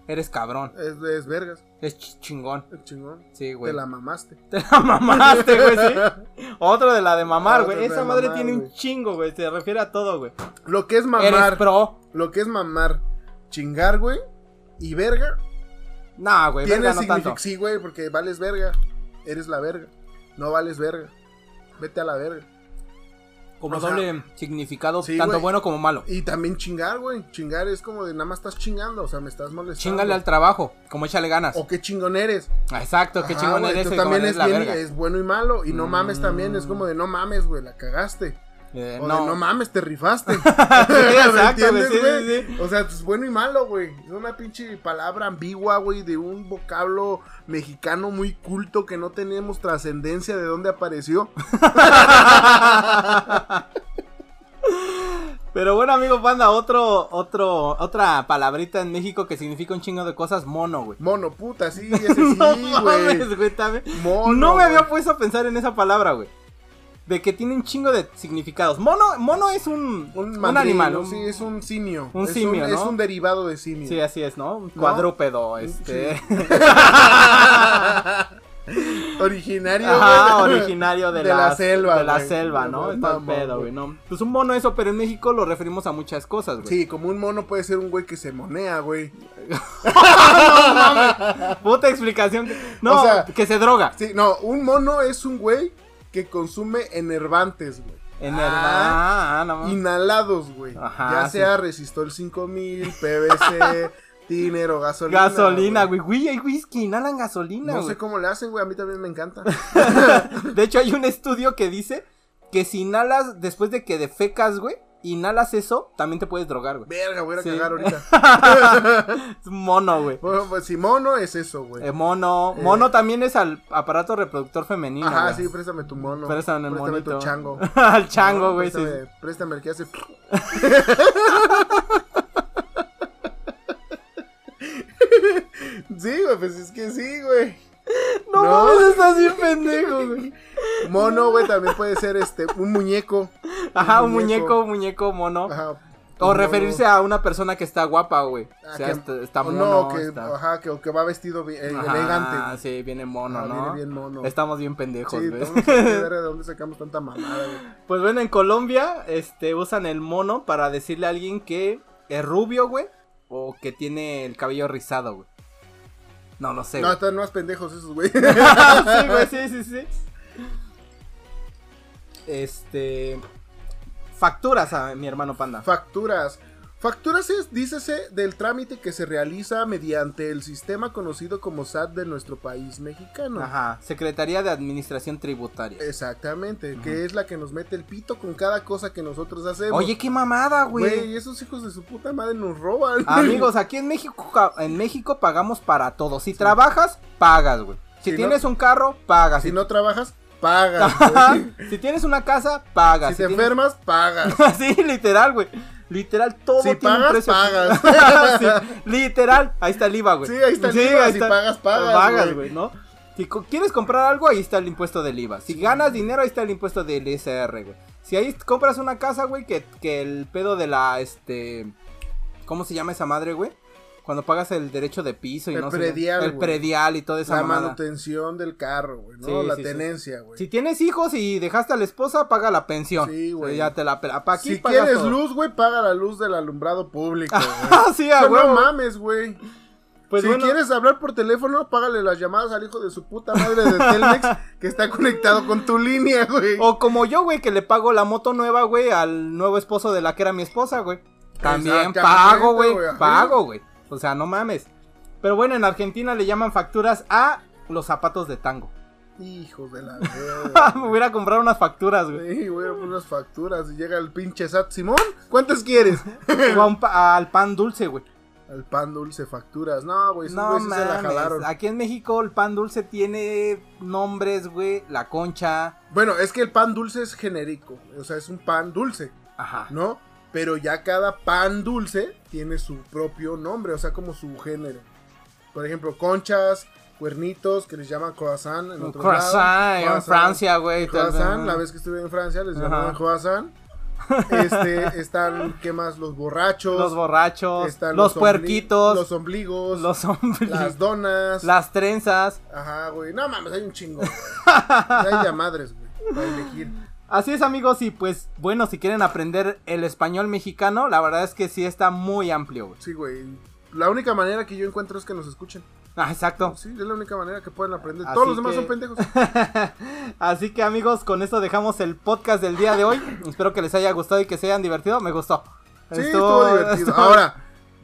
Speaker 1: Eres cabrón.
Speaker 2: Es, es vergas,
Speaker 1: Es ch- chingón.
Speaker 2: el chingón.
Speaker 1: Sí, güey.
Speaker 2: Te la mamaste.
Speaker 1: [laughs] Te la mamaste, güey,
Speaker 2: [laughs]
Speaker 1: sí. Otro de la de mamar,
Speaker 2: Otro
Speaker 1: güey.
Speaker 2: de
Speaker 1: Esa madre
Speaker 2: mamar,
Speaker 1: tiene un
Speaker 2: güey.
Speaker 1: chingo, güey. Se refiere a todo, güey.
Speaker 2: Lo que es
Speaker 1: Eres
Speaker 2: mamar.
Speaker 1: pro.
Speaker 2: Lo que es mamar. Chingar, güey. Y verga.
Speaker 1: Nah, güey.
Speaker 2: tiene
Speaker 1: verga, no
Speaker 2: significado.
Speaker 1: tanto.
Speaker 2: Sí, güey, porque vales verga. Eres la verga. No vales verga. Vete a la verga.
Speaker 1: Como
Speaker 2: o sea,
Speaker 1: doble significado,
Speaker 2: sí,
Speaker 1: tanto
Speaker 2: güey.
Speaker 1: bueno como malo.
Speaker 2: Y también chingar, güey. Chingar es como de nada más estás chingando. O sea, me estás molestando.
Speaker 1: Chingale al trabajo, como échale ganas.
Speaker 2: O qué chingón eres.
Speaker 1: Ah, Exacto, qué
Speaker 2: Ajá,
Speaker 1: chingón
Speaker 2: güey,
Speaker 1: eres.
Speaker 2: tú
Speaker 1: y
Speaker 2: también
Speaker 1: como eres
Speaker 2: es,
Speaker 1: la
Speaker 2: bien-
Speaker 1: verga. Mm.
Speaker 2: es bueno y malo. Y no mames también. Es como de no mames, güey. La cagaste.
Speaker 1: Eh,
Speaker 2: O no.
Speaker 1: no.
Speaker 2: de no mames, te
Speaker 1: [laughs]
Speaker 2: rifaste. ¿Me
Speaker 1: exacto, güey,
Speaker 2: entiendes,
Speaker 1: sí,
Speaker 2: güey?
Speaker 1: sí, sí.
Speaker 2: O sea, pues bueno y malo, güey. Es una pinche palabra ambigua, güey, de un vocablo mexicano muy culto que no tenemos trascendencia de dónde apareció.
Speaker 1: Pero bueno, amigo panda, otro, otro, otra palabrita en México que significa un chingo de cosas, mono, güey.
Speaker 2: Mono, puta,
Speaker 1: [laughs]
Speaker 2: sí, ese sí,
Speaker 1: no
Speaker 2: güey.
Speaker 1: mames, güey, también.
Speaker 2: Mono,
Speaker 1: no me
Speaker 2: güey.
Speaker 1: había puesto a pensar en esa palabra, güey. De que tiene un chingo de significados. Mono, mono es un, un,
Speaker 2: mandril,
Speaker 1: animal. un-
Speaker 2: Sí, es un simio.
Speaker 1: un
Speaker 2: es
Speaker 1: simio,
Speaker 2: Es
Speaker 1: ¿no?
Speaker 2: un derivado de
Speaker 1: [laughs]
Speaker 2: simio.
Speaker 1: Sí, así es, ¿no? Un cuadrúpedo, este.
Speaker 2: Originario.
Speaker 1: Ajá,
Speaker 2: güey, de-
Speaker 1: originario de,
Speaker 2: de la
Speaker 1: las-
Speaker 2: selva,
Speaker 1: De la
Speaker 2: güey.
Speaker 1: selva,
Speaker 2: No,
Speaker 1: ¿no? Está el
Speaker 2: mamón,
Speaker 1: pedo, güey,
Speaker 2: güey.
Speaker 1: ¿no? Pues un mono eso, pero en México lo referimos a muchas cosas, güey.
Speaker 2: Sí, como un mono puede ser un güey que se monea, güey.
Speaker 1: Puta explicación. No,
Speaker 2: O sea,
Speaker 1: que se droga.
Speaker 2: Sí, no, un mono es un güey que consume enervantes, güey.
Speaker 1: En verdad.
Speaker 2: Ah,
Speaker 1: Ah, ah, no mames.
Speaker 2: Inhalados, güey.
Speaker 1: Ajá,
Speaker 2: ya
Speaker 1: sí.
Speaker 2: sea resistor 5000,
Speaker 1: [laughs]
Speaker 2: PVC, tiner o gasolina.
Speaker 1: Gasolina, güey. Güey, hay güeyes que inhalan gasolina,
Speaker 2: No
Speaker 1: güey.
Speaker 2: sé cómo le hacen, güey. A mí también
Speaker 1: [laughs]
Speaker 2: me encanta.
Speaker 1: De hecho, hay un estudio que dice que si inhalas después de que defecas, güey, inhalas eso, también te puedes drogar, güey.
Speaker 2: Verga, voy a ir a
Speaker 1: Sí.
Speaker 2: cagar ahorita.
Speaker 1: Es mono, güey.
Speaker 2: Bueno, pues si mono es eso, güey.
Speaker 1: Eh, mono.
Speaker 2: Eh.
Speaker 1: Mono también es al aparato reproductor femenino.
Speaker 2: Ajá,
Speaker 1: güey.
Speaker 2: sí, préstame tu mono.
Speaker 1: Préstame el
Speaker 2: préstame
Speaker 1: monito.
Speaker 2: tu chango.
Speaker 1: [laughs] Al chango, güey. sí.
Speaker 2: Préstame, préstame el que
Speaker 1: [laughs]
Speaker 2: hace. sí, güey, pues es que sí, güey.
Speaker 1: No,
Speaker 2: No.
Speaker 1: mames, estás bien
Speaker 2: [laughs]
Speaker 1: pendejo, güey.
Speaker 2: Mono, güey, también puede ser este, un muñeco.
Speaker 1: Ajá,
Speaker 2: Un
Speaker 1: un muñeco, un muñeco mono.
Speaker 2: Ajá.
Speaker 1: O referirse a una persona que está guapa, güey.
Speaker 2: Ah,
Speaker 1: o sea,
Speaker 2: que-
Speaker 1: está, está
Speaker 2: o
Speaker 1: mono.
Speaker 2: No, que,
Speaker 1: está-
Speaker 2: ajá, que, o que va vestido bi- eh,
Speaker 1: Ajá,
Speaker 2: elegante. güey.
Speaker 1: Sí, viene mono,
Speaker 2: Ah,
Speaker 1: ¿no?
Speaker 2: viene bien mono.
Speaker 1: Estamos bien pendejos,
Speaker 2: Sí,
Speaker 1: güey.
Speaker 2: tenemos que ver de dónde sacamos tanta mamada, güey.
Speaker 1: [laughs] Pues bueno, en Colombia, este, usan el mono para decirle a alguien que es rubio, güey. O que tiene el cabello rizado, güey. No, no sé,
Speaker 2: No,
Speaker 1: güey. [laughs]
Speaker 2: están más pendejos esos, güey.
Speaker 1: sí, güey, sí, sí, sí. Este. Facturas a mi hermano panda.
Speaker 2: Facturas. Facturas es, dícese, del trámite que se realiza mediante el sistema conocido como SAT de nuestro país mexicano.
Speaker 1: Ajá. Secretaría de Administración Tributaria.
Speaker 2: Eh, Exactamente,
Speaker 1: Ujú.
Speaker 2: que es la que nos mete el pito con cada cosa que nosotros hacemos.
Speaker 1: Oye, qué mamada,
Speaker 2: güey, [laughs]
Speaker 1: güey.
Speaker 2: esos hijos de su puta madre nos roban.
Speaker 1: Amigos, aquí en México, ca- en México pagamos para todo. Si trabajas, pagas, güey. Si,
Speaker 2: Si no-
Speaker 1: tienes un carro, pagas.
Speaker 2: [laughs] si
Speaker 1: Si-
Speaker 2: no trabajas, pagas.
Speaker 1: Ajá.
Speaker 2: güey.
Speaker 1: si tienes una casa, pagas.
Speaker 2: Si te
Speaker 1: tienes-
Speaker 2: enfermas, pagas.
Speaker 1: [laughs] sí, literal, güey. Literal, todo
Speaker 2: Si
Speaker 1: tiene un
Speaker 2: pagas,
Speaker 1: precio.
Speaker 2: pagas.
Speaker 1: [laughs] Sí, literal, ahí está el IVA, güey.
Speaker 2: Sí, ahí está el IVA,
Speaker 1: Pues, ahí
Speaker 2: si pagas, pagas, güey.
Speaker 1: güey, ¿no? Si co- quieres comprar algo, ahí está el impuesto del IVA. Si ganas dinero, ahí está el impuesto del ISR, güey. Si ahí compras una casa, güey, que, que el pedo de la, este... ¿Cómo se llama esa madre, güey? Cuando pagas el derecho de piso y
Speaker 2: El
Speaker 1: no sé,
Speaker 2: predial,
Speaker 1: El
Speaker 2: güey.
Speaker 1: predial y toda esa
Speaker 2: La
Speaker 1: mamada.
Speaker 2: manutención del carro, güey, ¿no?
Speaker 1: Sí,
Speaker 2: la
Speaker 1: sí, sí.
Speaker 2: tenencia, güey.
Speaker 1: Si tienes hijos y dejaste a la esposa, paga la pensión.
Speaker 2: Sí, güey.
Speaker 1: Ya te la... pela. Pa' aquí
Speaker 2: Si
Speaker 1: pagas
Speaker 2: quieres
Speaker 1: todo.
Speaker 2: luz, güey, paga la luz del alumbrado público, güey.
Speaker 1: [laughs] Ah, sí, a
Speaker 2: Pero
Speaker 1: huevo.
Speaker 2: no mames, güey.
Speaker 1: Pues
Speaker 2: si
Speaker 1: bueno,
Speaker 2: quieres hablar por teléfono, págale las llamadas al hijo de su puta madre de Telmex que está conectado con tu línea, güey.
Speaker 1: O como yo, güey, que le pago la moto nueva, güey, al nuevo esposo de la que era mi esposa, güey. También
Speaker 2: Exactamente,
Speaker 1: pago, güey.
Speaker 2: güey, ajá.
Speaker 1: Pago, güey. O sea, no mames. Pero bueno, en Argentina le llaman facturas a los zapatos de tango. [laughs] Ah,
Speaker 2: Hijos de la
Speaker 1: Me
Speaker 2: verga.
Speaker 1: voy a ir a comprar unas facturas, güey.
Speaker 2: Sí, güey, por unas facturas y llega el pinche SAT. Simón, ¿cuántas quieres?
Speaker 1: [laughs] O a un pa- al pan dulce, güey.
Speaker 2: Al pan dulce, facturas. No, güey, esos
Speaker 1: No
Speaker 2: Pues, güey sí se la
Speaker 1: mames.
Speaker 2: jalaron.
Speaker 1: Aquí en México el pan dulce tiene nombres, güey. La concha.
Speaker 2: Bueno, es que el pan dulce es genérico. O sea, es un pan dulce.
Speaker 1: Ajá.
Speaker 2: ¿no? Pero ya cada pan dulce tiene su propio nombre, o sea, como su género. Por ejemplo, conchas, cuernitos, que les llaman croissant en otros lados.
Speaker 1: Croissant, en
Speaker 2: Croissant.
Speaker 1: Francia, güey.
Speaker 2: Croissant, la vez que estuve en Francia les
Speaker 1: Ajá. [laughs]
Speaker 2: llamaban croissant. Este, están, ¿qué más? Los borrachos.
Speaker 1: Los borrachos,
Speaker 2: están
Speaker 1: los
Speaker 2: ombli-
Speaker 1: puerquitos,
Speaker 2: Los ombligos.
Speaker 1: Los hombres. [laughs]
Speaker 2: Las
Speaker 1: Las,
Speaker 2: donas.
Speaker 1: trenzas.
Speaker 2: Ajá, güey. No mames, hay
Speaker 1: [laughs]
Speaker 2: un chingo. hay ya madres, güey, para elegir.
Speaker 1: Así es amigos y pues bueno, si quieren aprender el español mexicano, la verdad es que sí está muy amplio. güey. [laughs]
Speaker 2: Sí, güey. La única manera que yo encuentro es que nos escuchen.
Speaker 1: Ah, exacto.
Speaker 2: Sí, es la única manera que pueden aprender.
Speaker 1: Así
Speaker 2: Todos los demás
Speaker 1: que- [laughs]
Speaker 2: son pendejos.
Speaker 1: Así que amigos, con esto dejamos el podcast del día
Speaker 2: [laughs]
Speaker 1: de hoy. Espero que les haya gustado y que se hayan divertido. Me gustó.
Speaker 2: Sí, estuvo,
Speaker 1: [laughs]
Speaker 2: divertido.
Speaker 1: estuvo-
Speaker 2: Ahora,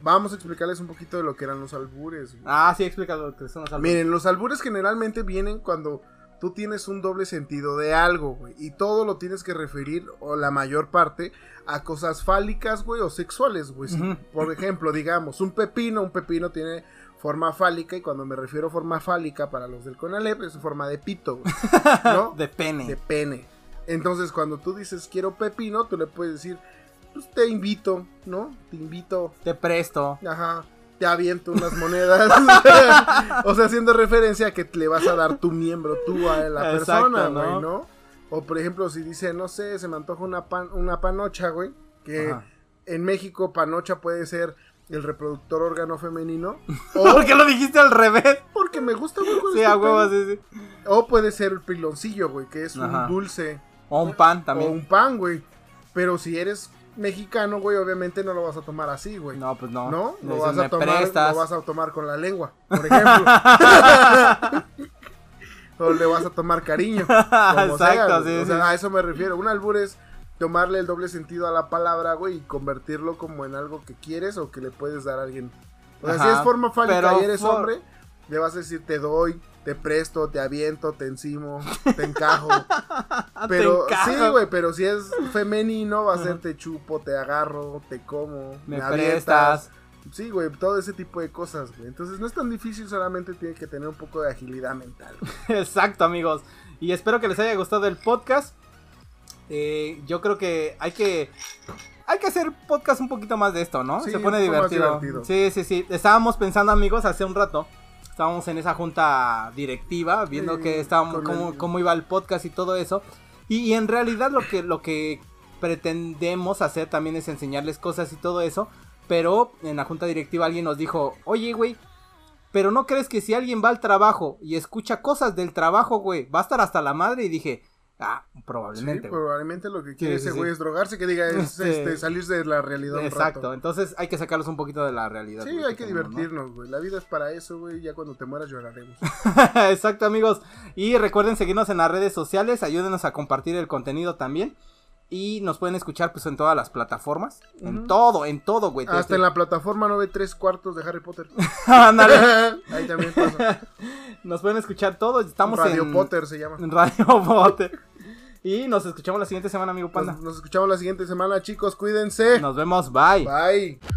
Speaker 2: vamos a explicarles un poquito de lo que eran los albures. güey.
Speaker 1: Ah, sí, explica lo que son los albures.
Speaker 2: Miren, los albures generalmente vienen cuando tú tienes un doble sentido de algo, güey. Y todo lo tienes que referir, o la mayor parte, a cosas fálicas, güey, o sexuales, güey. Si,
Speaker 1: Ujú.
Speaker 2: Por ejemplo, digamos, un pepino, un pepino tiene forma fálica, y cuando me refiero a forma fálica para los del Conalep, es forma de pito, güey.
Speaker 1: [laughs]
Speaker 2: ¿No?
Speaker 1: De pene.
Speaker 2: de pene. Entonces, cuando tú dices quiero pepino, tú le puedes decir, pues te invito, ¿no? Te invito,
Speaker 1: Te presto.
Speaker 2: [laughs] ajá, te
Speaker 1: [laughs]
Speaker 2: aviento unas monedas. [laughs] o sea, haciendo referencia a que le vas a dar tu miembro tú a la
Speaker 1: Exacto,
Speaker 2: persona, güey,
Speaker 1: ¿no?
Speaker 2: ¿no? O por ejemplo, si dice, no sé, se me antoja una, pan, una panocha, güey, que
Speaker 1: Ajá.
Speaker 2: en México panocha puede ser el
Speaker 1: [laughs]
Speaker 2: reproductor órgano femenino. o
Speaker 1: ¿Por qué lo dijiste al revés?
Speaker 2: [laughs] porque me gusta, güey, con
Speaker 1: Sí,
Speaker 2: este
Speaker 1: a huevo,
Speaker 2: pedo.
Speaker 1: sí, sí.
Speaker 2: O puede ser el piloncillo, güey, que es
Speaker 1: Ajá.
Speaker 2: un dulce
Speaker 1: O un pan
Speaker 2: o
Speaker 1: también.
Speaker 2: un pan, güey. Pero si eres mexicano, güey, obviamente no lo vas a tomar así, güey.
Speaker 1: No, pues no.
Speaker 2: ¿No?
Speaker 1: Le
Speaker 2: Lo
Speaker 1: dices,
Speaker 2: vas, a
Speaker 1: "Me
Speaker 2: tomar,
Speaker 1: prestas".
Speaker 2: lo vas a tomar con la lengua, por
Speaker 1: [laughs]
Speaker 2: ejemplo. o le vas a tomar
Speaker 1: [laughs]
Speaker 2: cariño. como sea,
Speaker 1: Exacto,
Speaker 2: güey.
Speaker 1: sí,
Speaker 2: O
Speaker 1: sí.
Speaker 2: sea, a eso me refiero. Un albur es tomarle el doble sentido a la palabra, güey, y convertirlo como en algo que quieres o que le puedes dar a alguien. O sea, si
Speaker 1: Ajá,
Speaker 2: es forma fálica
Speaker 1: pero
Speaker 2: y eres
Speaker 1: for-
Speaker 2: hombre, le vas a decir te doy, te presto, te aviento, te encimo, te encajo. Pero
Speaker 1: Ah, Te encajo.
Speaker 2: sí, Ah, güey, pero si es femenino va a ser te chupo, te agarro, te como,
Speaker 1: Me
Speaker 2: avientas.
Speaker 1: prestas.
Speaker 2: Sí, güey, todo ese tipo de cosas, güey. Entonces no es tan difícil, solamente tiene que tener un poco de agilidad mental.
Speaker 1: [laughs]
Speaker 2: güey.
Speaker 1: Exacto, amigos. Y espero que les haya gustado el podcast. Eh, yo creo que hay que. Hay que hacer podcast un poquito más de esto, ¿no?
Speaker 2: Sí,
Speaker 1: Se pone
Speaker 2: un poco más
Speaker 1: divertido.
Speaker 2: divertido.
Speaker 1: Sí, sí, sí. Estábamos pensando, amigos, hace un rato. Estábamos en esa junta directiva, viendo
Speaker 2: Sí,
Speaker 1: que estábamos,
Speaker 2: con
Speaker 1: cómo,
Speaker 2: el-
Speaker 1: cómo iba el podcast y todo eso. Y, y en realidad lo que, lo que pretendemos hacer también es enseñarles cosas y todo eso. Pero en la junta directiva alguien nos dijo, oye, güey, pero no crees que si alguien va al trabajo y escucha cosas del trabajo, güey, va a estar hasta la madre y dije, ah,
Speaker 2: Sí,
Speaker 1: probablemente. güey".
Speaker 2: probablemente lo que quiere
Speaker 1: Sí, sí,
Speaker 2: ese
Speaker 1: sí.
Speaker 2: güey es drogarse, que diga es
Speaker 1: Este-
Speaker 2: este, salirse de la realidad un
Speaker 1: Exacto,
Speaker 2: rato.
Speaker 1: entonces hay que sacarlos un poquito de la realidad.
Speaker 2: Sí,
Speaker 1: güey,
Speaker 2: hay que
Speaker 1: tenemos, ¿no?
Speaker 2: divertirnos, güey. La vida es para eso, güey. Ya cuando te mueras lloraremos.
Speaker 1: [laughs] Exacto, amigos. Y recuerden seguirnos en las redes sociales, ayúdenos a compartir el contenido también. Y nos pueden escuchar pues en todas las plataformas. En
Speaker 2: Ujú.
Speaker 1: todo, en todo, güey.
Speaker 2: Hasta
Speaker 1: desde-
Speaker 2: en la plataforma 9 3 cuartos de Harry Potter.
Speaker 1: [laughs] Ándale.
Speaker 2: [laughs] Ahí también pasa.
Speaker 1: Nos pueden escuchar todos. Estamos
Speaker 2: Radio
Speaker 1: en
Speaker 2: Potter se llama.
Speaker 1: en Radio Potter. Y nos escuchamos la siguiente semana, amigo Panda.
Speaker 2: Pues, Nos, nos escuchamos la siguiente semana, chicos. Cuídense.
Speaker 1: Nos vemos, bye.
Speaker 2: Bye.